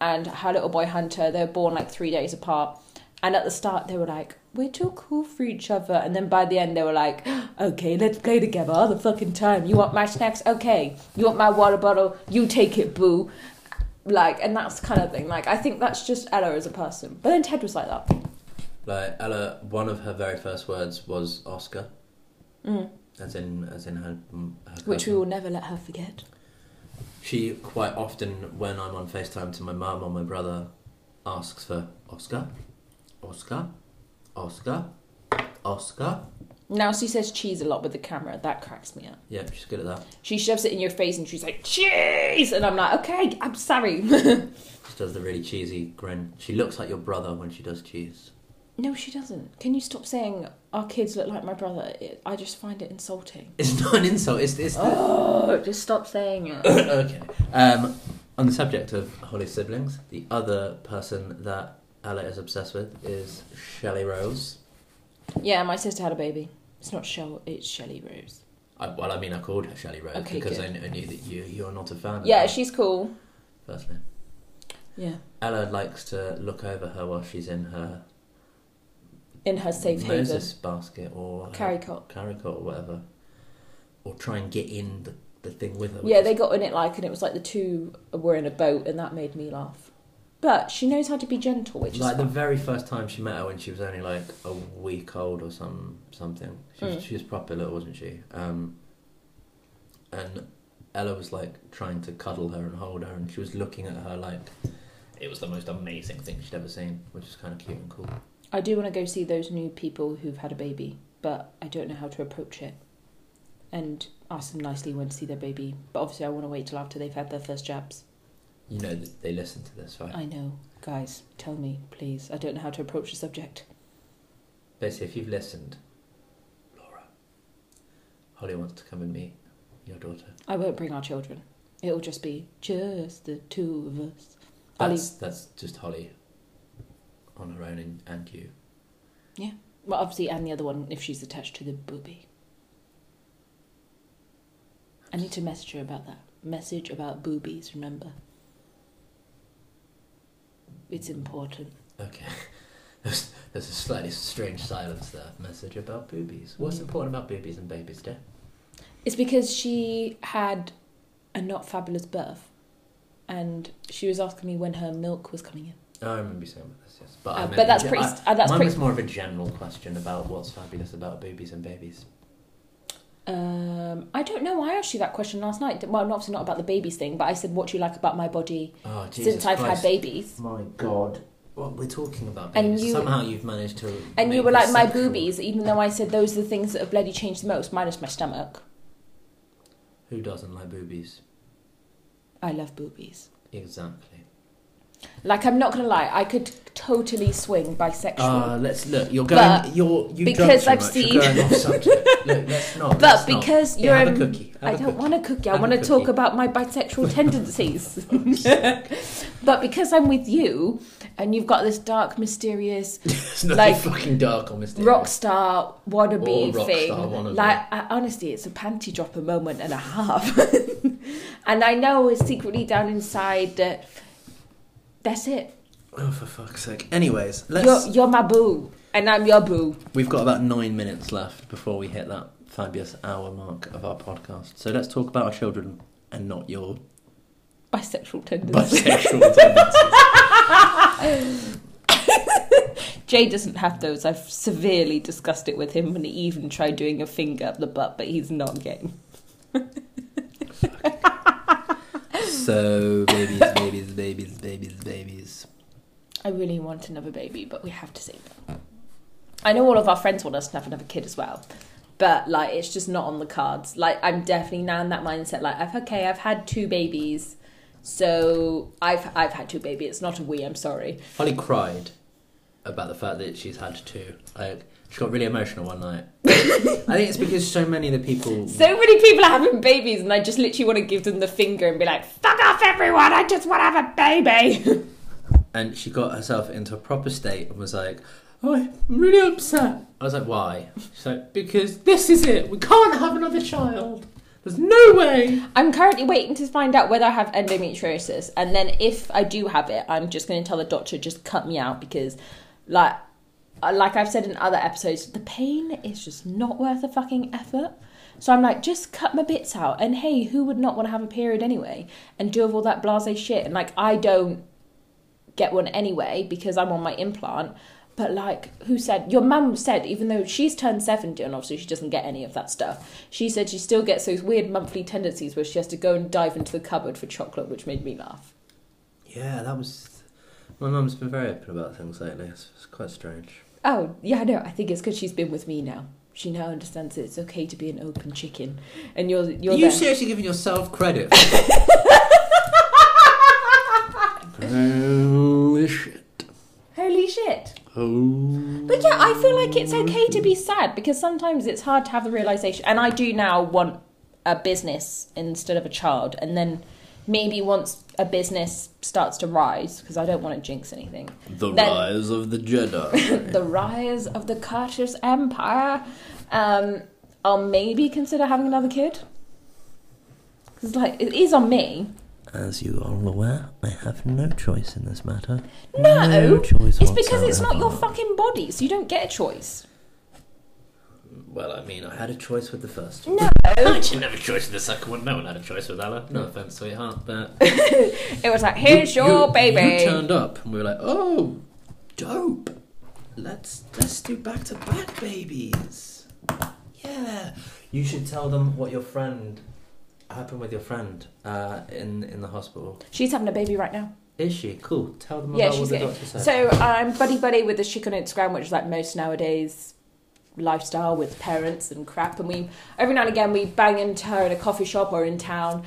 Speaker 4: and her little boy Hunter. They were born like three days apart, and at the start they were like, "We're too cool for each other," and then by the end they were like, "Okay, let's play together all the fucking time. You want my snacks? Okay. You want my water bottle? You take it, boo." Like, and that's kind of thing. Like, I think that's just Ella as a person. But then Ted was like that.
Speaker 3: like Ella, one of her very first words was Oscar,
Speaker 4: Mm.
Speaker 3: as in as in her. her
Speaker 4: Which we
Speaker 3: cousin.
Speaker 4: will never let her forget.
Speaker 3: She quite often, when I'm on FaceTime to my mum or my brother, asks for Oscar, Oscar, Oscar, Oscar.
Speaker 4: Now she says cheese a lot with the camera. That cracks me up.
Speaker 3: Yeah, she's good at that.
Speaker 4: She shoves it in your face and she's like, cheese! And I'm like, okay, I'm sorry.
Speaker 3: She does the really cheesy grin. She looks like your brother when she does cheese.
Speaker 4: no, she doesn't. Can you stop saying our kids look like my brother? It, I just find it insulting.
Speaker 3: It's not an insult. It's it's.
Speaker 4: Oh, just stop saying it.
Speaker 3: okay. Um, on the subject of Holly's siblings, the other person that Ella is obsessed with is Shelley Rose.
Speaker 4: yeah, my sister had a baby. It's not Shell, it's Shelly Rose.
Speaker 3: I, well, I mean, I called her Shelley Rose
Speaker 4: Okay,
Speaker 3: because I,
Speaker 4: good.
Speaker 3: kn- I knew that you you're not a fan. of
Speaker 4: Yeah,
Speaker 3: her
Speaker 4: she's cool.
Speaker 3: first name.
Speaker 4: Yeah.
Speaker 3: Ella likes to look over her while she's in her
Speaker 4: In her safe haven.
Speaker 3: Moses basket or her
Speaker 4: Caricot.
Speaker 3: caricot or whatever, or try and get in the, the thing with her. which
Speaker 4: Yeah,
Speaker 3: is-
Speaker 4: they got in it like, and it was like the two were in a boat, and that made me laugh. But she knows how to be gentle, which
Speaker 3: like
Speaker 4: is
Speaker 3: the very first time she met her when she was only like a week old or some something. She was,
Speaker 4: Mm.
Speaker 3: she was proper little, wasn't she? Um, and Ella was like trying to cuddle her and hold her, and she was looking at her like it was the most amazing thing she'd ever seen, which is kind of cute and cool.
Speaker 4: I do want to go see those new people who've had a baby, but I don't know how to approach it and ask them nicely when to see their baby. But obviously, I want to wait till after they've had their first jabs.
Speaker 3: You know that they listen to this, right?
Speaker 4: I know, guys, tell me, please. I don't know how to approach the subject.
Speaker 3: Basically, if you've listened, Laura, Holly wants to come and meet your daughter.
Speaker 4: I won't bring our children. It'll just be just the two of us. Holly.
Speaker 3: That's that's just Holly on her own and, and you.
Speaker 4: Well, obviously, and the other one if she's attached to the booby. I need to message her about that. Message about boobies, remember? It's important.
Speaker 3: Okay. There's, there's a slightly strange silence there. Message about boobies. What's important about boobies and babies, dear?
Speaker 4: It's because she had a not fabulous birth, and she was asking me when her milk was coming in.
Speaker 3: Oh, I remember you saying about this, yes. But, I
Speaker 4: Uh,
Speaker 3: meant
Speaker 4: but
Speaker 3: in
Speaker 4: that's
Speaker 3: gen-
Speaker 4: pretty.
Speaker 3: I-
Speaker 4: uh, that's
Speaker 3: Mine
Speaker 4: pretty.
Speaker 3: was more of a general question about what's fabulous about boobies and babies.
Speaker 4: Um, I don't know. I asked you that question last night. Well, obviously not about the babies thing, but I said, "What do you like about my body
Speaker 3: Oh, Jesus
Speaker 4: since I've had babies?"
Speaker 3: My God. What we're talking about.
Speaker 4: And
Speaker 3: Babies.
Speaker 4: you-
Speaker 3: Somehow you've managed to.
Speaker 4: And you
Speaker 3: make
Speaker 4: were
Speaker 3: this
Speaker 4: like, "My
Speaker 3: sexual.
Speaker 4: boobies," even though I said those are the things that have bloody changed the most, minus my stomach.
Speaker 3: Who doesn't like boobies?
Speaker 4: I love boobies.
Speaker 3: Exactly.
Speaker 4: Like I'm not gonna lie, I could totally swing bisexual.
Speaker 3: Uh, let's look. You're going.
Speaker 4: But
Speaker 3: you're you
Speaker 4: because
Speaker 3: jump too
Speaker 4: I've
Speaker 3: much.
Speaker 4: seen-
Speaker 3: You're going off subject. Look, let's not.
Speaker 4: but
Speaker 3: let's not.
Speaker 4: because
Speaker 3: Here,
Speaker 4: you're,
Speaker 3: have a
Speaker 4: um,
Speaker 3: cookie. Have
Speaker 4: I
Speaker 3: a
Speaker 4: don't
Speaker 3: cookie.
Speaker 4: want a cookie. I
Speaker 3: Have a
Speaker 4: want to talk
Speaker 3: cookie.
Speaker 4: about my bisexual tendencies. but because I'm with you, and you've got this dark, mysterious
Speaker 3: It's nothing
Speaker 4: like,
Speaker 3: fucking dark on Mr.
Speaker 4: rock star wannabe
Speaker 3: Or rock
Speaker 4: thing,
Speaker 3: star wannabe.
Speaker 4: like I, honestly, it's a panty dropper moment and a half. and I know secretly down inside that that's it.
Speaker 3: Oh, for fuck's sake. Anyways,
Speaker 4: You're
Speaker 3: let's.
Speaker 4: you're my boo, and I'm your boo.
Speaker 3: We've got about nine minutes left before we hit that fabulous hour mark of our podcast. So let's talk about our children and not your
Speaker 4: Bisexual tendencies.
Speaker 3: bisexual tendencies.
Speaker 4: Jay doesn't have those. I've severely discussed it with him and he even tried doing a finger up the butt, but he's not game.
Speaker 3: So babies, babies, babies, babies, babies.
Speaker 4: I really want another baby, but we have to say no. I know all of our friends want us to have another kid as well, but like it's just not on the cards. Like I'm definitely now in that mindset. Like I've okay, I've had two babies, so I've I've had two babies. It's not a we. I'm sorry.
Speaker 3: Holly cried about the fact that she's had two. Like she got really emotional one night. I think it's because so many of the people.
Speaker 4: So many people are having babies, and I just literally want to give them the finger and be like, "Fuck off, everyone! I just want to have a baby."
Speaker 3: and she got herself into a proper state and was like, "Oh, I'm really upset." I was like, "Why?" She's like, "Because this is it. We can't have another child. There's no way."
Speaker 4: I'm currently waiting to find out whether I have endometriosis, and then if I do have it, I'm just going to tell the doctor just cut me out because, like, uh, like I've said in other episodes, the pain is just not worth the fucking effort. So I'm like, just cut my bits out, and hey, who would not want to have a period anyway, and deal with all that blase shit? And like, I don't get one anyway because I'm on my implant. But like, who said your mum said even though she's turned seventy and obviously she doesn't get any of that stuff, she said she still gets those weird monthly tendencies where she has to go and dive into the cupboard for chocolate, which made me laugh.
Speaker 3: Yeah, that was. My mum's been very open about things lately. It's, it's quite strange.
Speaker 4: Oh yeah, no, I think it's because she's been with me now. She now understands that it's okay to be an open chicken, and you're you're
Speaker 3: Are you
Speaker 4: there.
Speaker 3: seriously giving yourself credit? For Holy shit!
Speaker 4: Holy shit!
Speaker 3: Oh.
Speaker 4: But yeah, I feel like it's okay to be sad because sometimes it's hard to have the realization. And I do now want a business instead of a child. And then maybe once a business starts to rise, because I don't want to jinx anything,
Speaker 3: The
Speaker 4: Then-
Speaker 3: rise of the Jedi.
Speaker 4: the rise of the Curtis Empire, um, I'll maybe consider having another kid. Because like it is on me.
Speaker 3: As you are all aware, I have no choice in this matter.
Speaker 4: No,
Speaker 3: choice
Speaker 4: It's because it's not your
Speaker 3: whatsoever.
Speaker 4: fucking body, so you don't get a choice.
Speaker 3: Well, I mean, I had a choice with the first.
Speaker 4: No.
Speaker 3: I didn't have a choice with the second one. No one had a choice with Ella. No offense, sweetheart, but
Speaker 4: It was like, here's
Speaker 3: You-
Speaker 4: your
Speaker 3: you-
Speaker 4: baby.
Speaker 3: You turned up, and we were like, "Oh, dope! Let's let's do back to back babies." Yeah, you should tell them what your friend happened with your friend uh, in in the hospital.
Speaker 4: She's having a baby right now.
Speaker 3: Is she cool? Tell them
Speaker 4: Yeah,
Speaker 3: about what
Speaker 4: she's
Speaker 3: the
Speaker 4: getting-
Speaker 3: doctor said.
Speaker 4: So I'm buddy buddy with this chick on Instagram, which is like most nowadays lifestyle with parents and crap. And we every now and again we bang into her in a coffee shop or in town.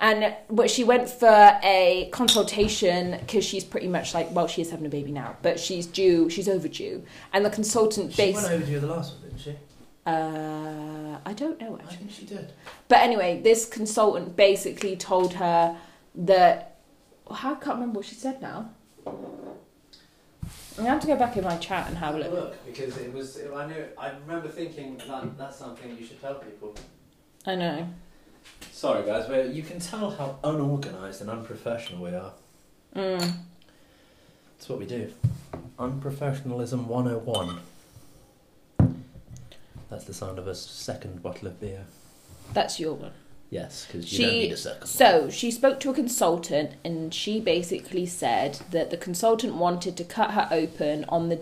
Speaker 4: And but she went for a consultation because she's pretty much like well she is having a baby now, but she's due, she's overdue. And the consultant
Speaker 3: she
Speaker 4: based
Speaker 3: went over to you the last one, didn't she?
Speaker 4: uh, I don't know
Speaker 3: I
Speaker 4: actually.
Speaker 3: think she did.
Speaker 4: But anyway, this consultant basically told her that well, I can't remember what she said now. I have to go back in my chat and have a look.
Speaker 3: because it was. I knew. I remember thinking that that's something you should tell people.
Speaker 4: I know.
Speaker 3: Sorry, guys, but you can tell how unorganised and unprofessional we are.
Speaker 4: Mm.
Speaker 3: That's what we do. Unprofessionalism 101. That's the sound of a second bottle of beer.
Speaker 4: That's your one.
Speaker 3: Yes, because you
Speaker 4: She-
Speaker 3: don't need a second.
Speaker 4: So she spoke to a consultant and she basically said that the consultant wanted to cut her open on the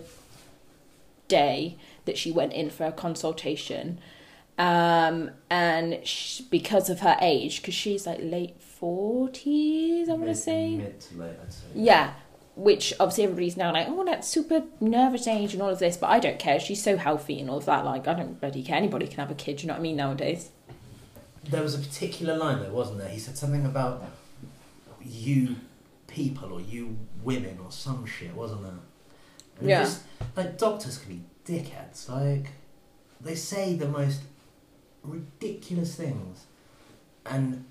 Speaker 4: day that she went in for a consultation. Um, and sh because of her age, because she's like late 40s, I want to say.
Speaker 3: Mid to late, I'd say.
Speaker 4: Yeah, which obviously everybody's now like, oh, that's super nervous age and all of this, but I don't care. She's so healthy and all of that. Like, I don't bloody care. Anybody can have a kid. do You know what I mean? Nowadays,
Speaker 3: There was a particular line though, wasn't there? He said something about you people or you women or some shit, wasn't there? And
Speaker 1: Yeah.
Speaker 3: Just, like doctors can be dickheads. Like they say the most ridiculous things, and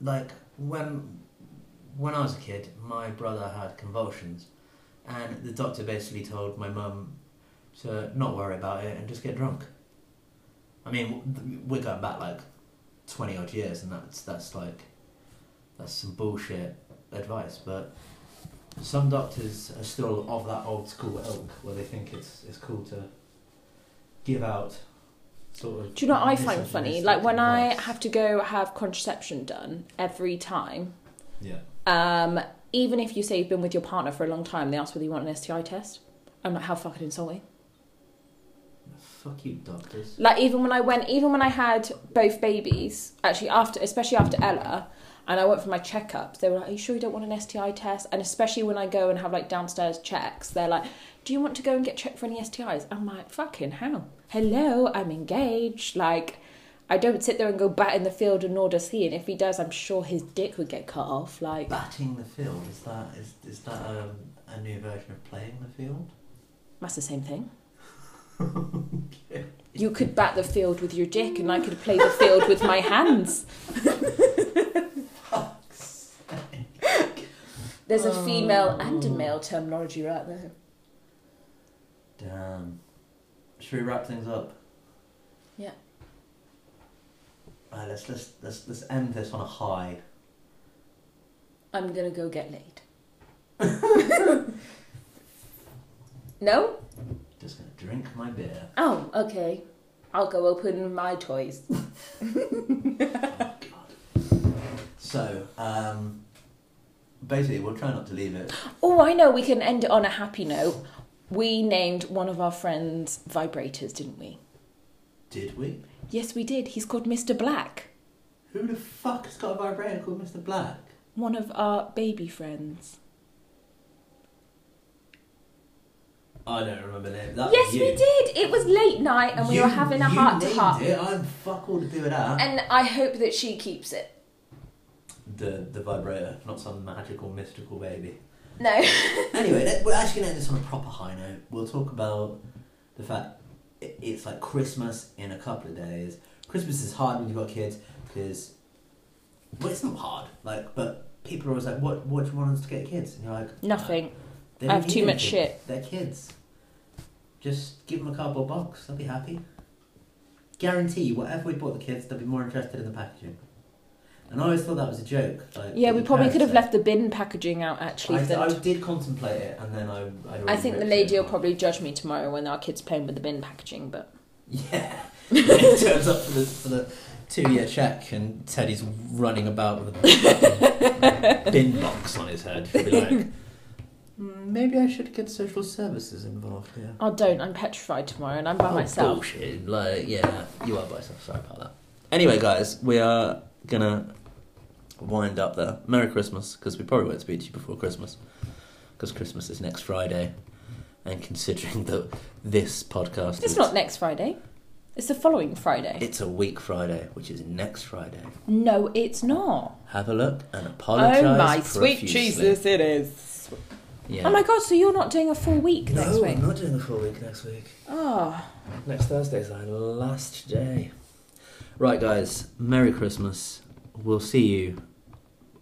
Speaker 3: like when when I was a kid, my brother had convulsions, and the doctor basically told my mum to not worry about it and just get drunk. I mean, w- we're going back like twenty odd years, and that's that's like that's some bullshit advice. But some doctors are still of that old school ilk where they think it's it's cool to give out sort of.
Speaker 4: do you know what I find funny?
Speaker 3: misogynistic
Speaker 4: Like when I
Speaker 3: advice.
Speaker 4: have to go have contraception done every time,
Speaker 3: yeah.
Speaker 4: um, even if you say you've been with your partner for a long time, they ask whether you want an STI test. I'm like, how fucking insulting.
Speaker 3: Fuck you, doctors.
Speaker 4: Like even when I went, even when I had both babies, actually after, especially after Ella, and I went for my checkups, they were like, "Are you sure you don't want an STI test?" And especially when I go and have like downstairs checks, they're like, "Do you want to go and get checked for any STIs?" I'm like, "Fucking hell, hello, I'm engaged." Like, I don't sit there and go bat in the field, and nor does he. And if he does, I'm sure his dick would get cut off. Like,
Speaker 3: Batting the field is that is is that um, a new version of playing the field?
Speaker 4: that's the same thing.
Speaker 3: Okay.
Speaker 4: You could bat the field with your dick, and I could play the field with my hands. There's a female and a male terminology right there.
Speaker 3: Damn. Should we wrap things up?
Speaker 4: Yeah.
Speaker 3: Alright, Uh, let's let's let's let's end this on a high.
Speaker 4: I'm gonna go get laid. no?
Speaker 3: Just gonna drink my beer.
Speaker 4: Oh, okay. I'll go open my toys.
Speaker 3: oh god. So, um basically we'll try not to leave it.
Speaker 4: Oh, I know, we can end it on a happy note. We named one of our friends Vibrators, didn't we?
Speaker 3: Did we?
Speaker 4: Yes, we did. He's called Mr. Black.
Speaker 3: Who the fuck has got a vibrator called Mr. Black?
Speaker 4: One of our baby friends.
Speaker 3: I don't remember that. that was
Speaker 4: yes,
Speaker 3: you.
Speaker 4: we did. It was late night and we
Speaker 3: You-
Speaker 4: were having a
Speaker 3: you
Speaker 4: heart to
Speaker 3: named
Speaker 4: heart.
Speaker 3: It. I'm fuck all to do with that.
Speaker 4: And I hope that she keeps it.
Speaker 3: The the vibrator, not some magical mystical baby.
Speaker 4: No.
Speaker 3: anyway, let- we're actually going to end this on a proper high note. We'll talk about the fact i- it's like Christmas in a couple of days. Christmas is hard when you've got kids because, well, it's not hard. Like, but people are always like, "What? What do you want us to get kids?" And you're like,
Speaker 4: Nothing.
Speaker 3: "They
Speaker 4: I
Speaker 3: don't
Speaker 4: have too
Speaker 3: need
Speaker 4: much
Speaker 3: anything.
Speaker 4: shit."
Speaker 3: They're kids. Just give them a cardboard box. They'll be happy. Guarantee you, whatever we bought the kids, they'll be more interested in the packaging. And I always thought that was a joke. Like,
Speaker 4: Yeah,
Speaker 3: that
Speaker 4: we
Speaker 3: the
Speaker 4: probably
Speaker 3: parents
Speaker 4: could have
Speaker 3: said.
Speaker 4: left the bin packaging out actually. for
Speaker 3: I, I
Speaker 4: the-
Speaker 3: did contemplate it, and then I. I'd
Speaker 4: I
Speaker 3: already
Speaker 4: think the
Speaker 3: ripped
Speaker 4: lady
Speaker 3: it
Speaker 4: will probably judge me tomorrow when our kid's playing with the bin packaging, but
Speaker 3: Yeah. it turns up for the, for the two-year check, and Teddy's running about with a fucking bin box on his head. He'll be like, "Mm, maybe I should get social services involved here.
Speaker 4: I don't. I'm petrified tomorrow and I'm by
Speaker 3: Oh,
Speaker 4: myself.
Speaker 3: Bullshit. Like, yeah, you are by yourself. Sorry about that. Anyway, guys, we are gonna wind up there. Merry Christmas, because we probably won't speak to you before Christmas, because Christmas is next Friday. And considering that this podcast
Speaker 4: It's
Speaker 3: is
Speaker 4: not next Friday. It's the following Friday.
Speaker 3: it's a week Friday, which is next Friday.
Speaker 4: no, it's not.
Speaker 3: Have a look and apologise.
Speaker 4: Oh my sweet
Speaker 3: profusely.
Speaker 4: Jesus, it is.
Speaker 3: Yeah.
Speaker 4: Oh my god, so you're not doing a full week
Speaker 3: no,
Speaker 4: next week?
Speaker 3: I'm not doing a full week next week.
Speaker 4: Oh,
Speaker 3: Next Thursday's our last day. Right, guys. Merry Christmas. We'll see you.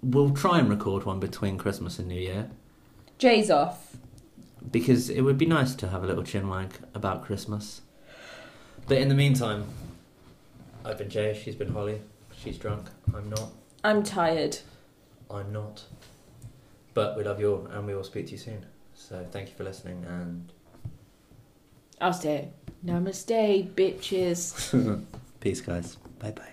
Speaker 3: We'll try and record one between Christmas and New Year
Speaker 4: Jay's off.
Speaker 3: because it would be nice to have a little chinwag about Christmas. But in the meantime, I've been Jay. She's been Holly. She's drunk. I'm not.
Speaker 4: I'm tired.
Speaker 3: I'm not. But we love you all, and we will speak to you soon. So thank you for listening and
Speaker 4: I'll say, Namaste, bitches.
Speaker 3: peace, guys. Bye bye.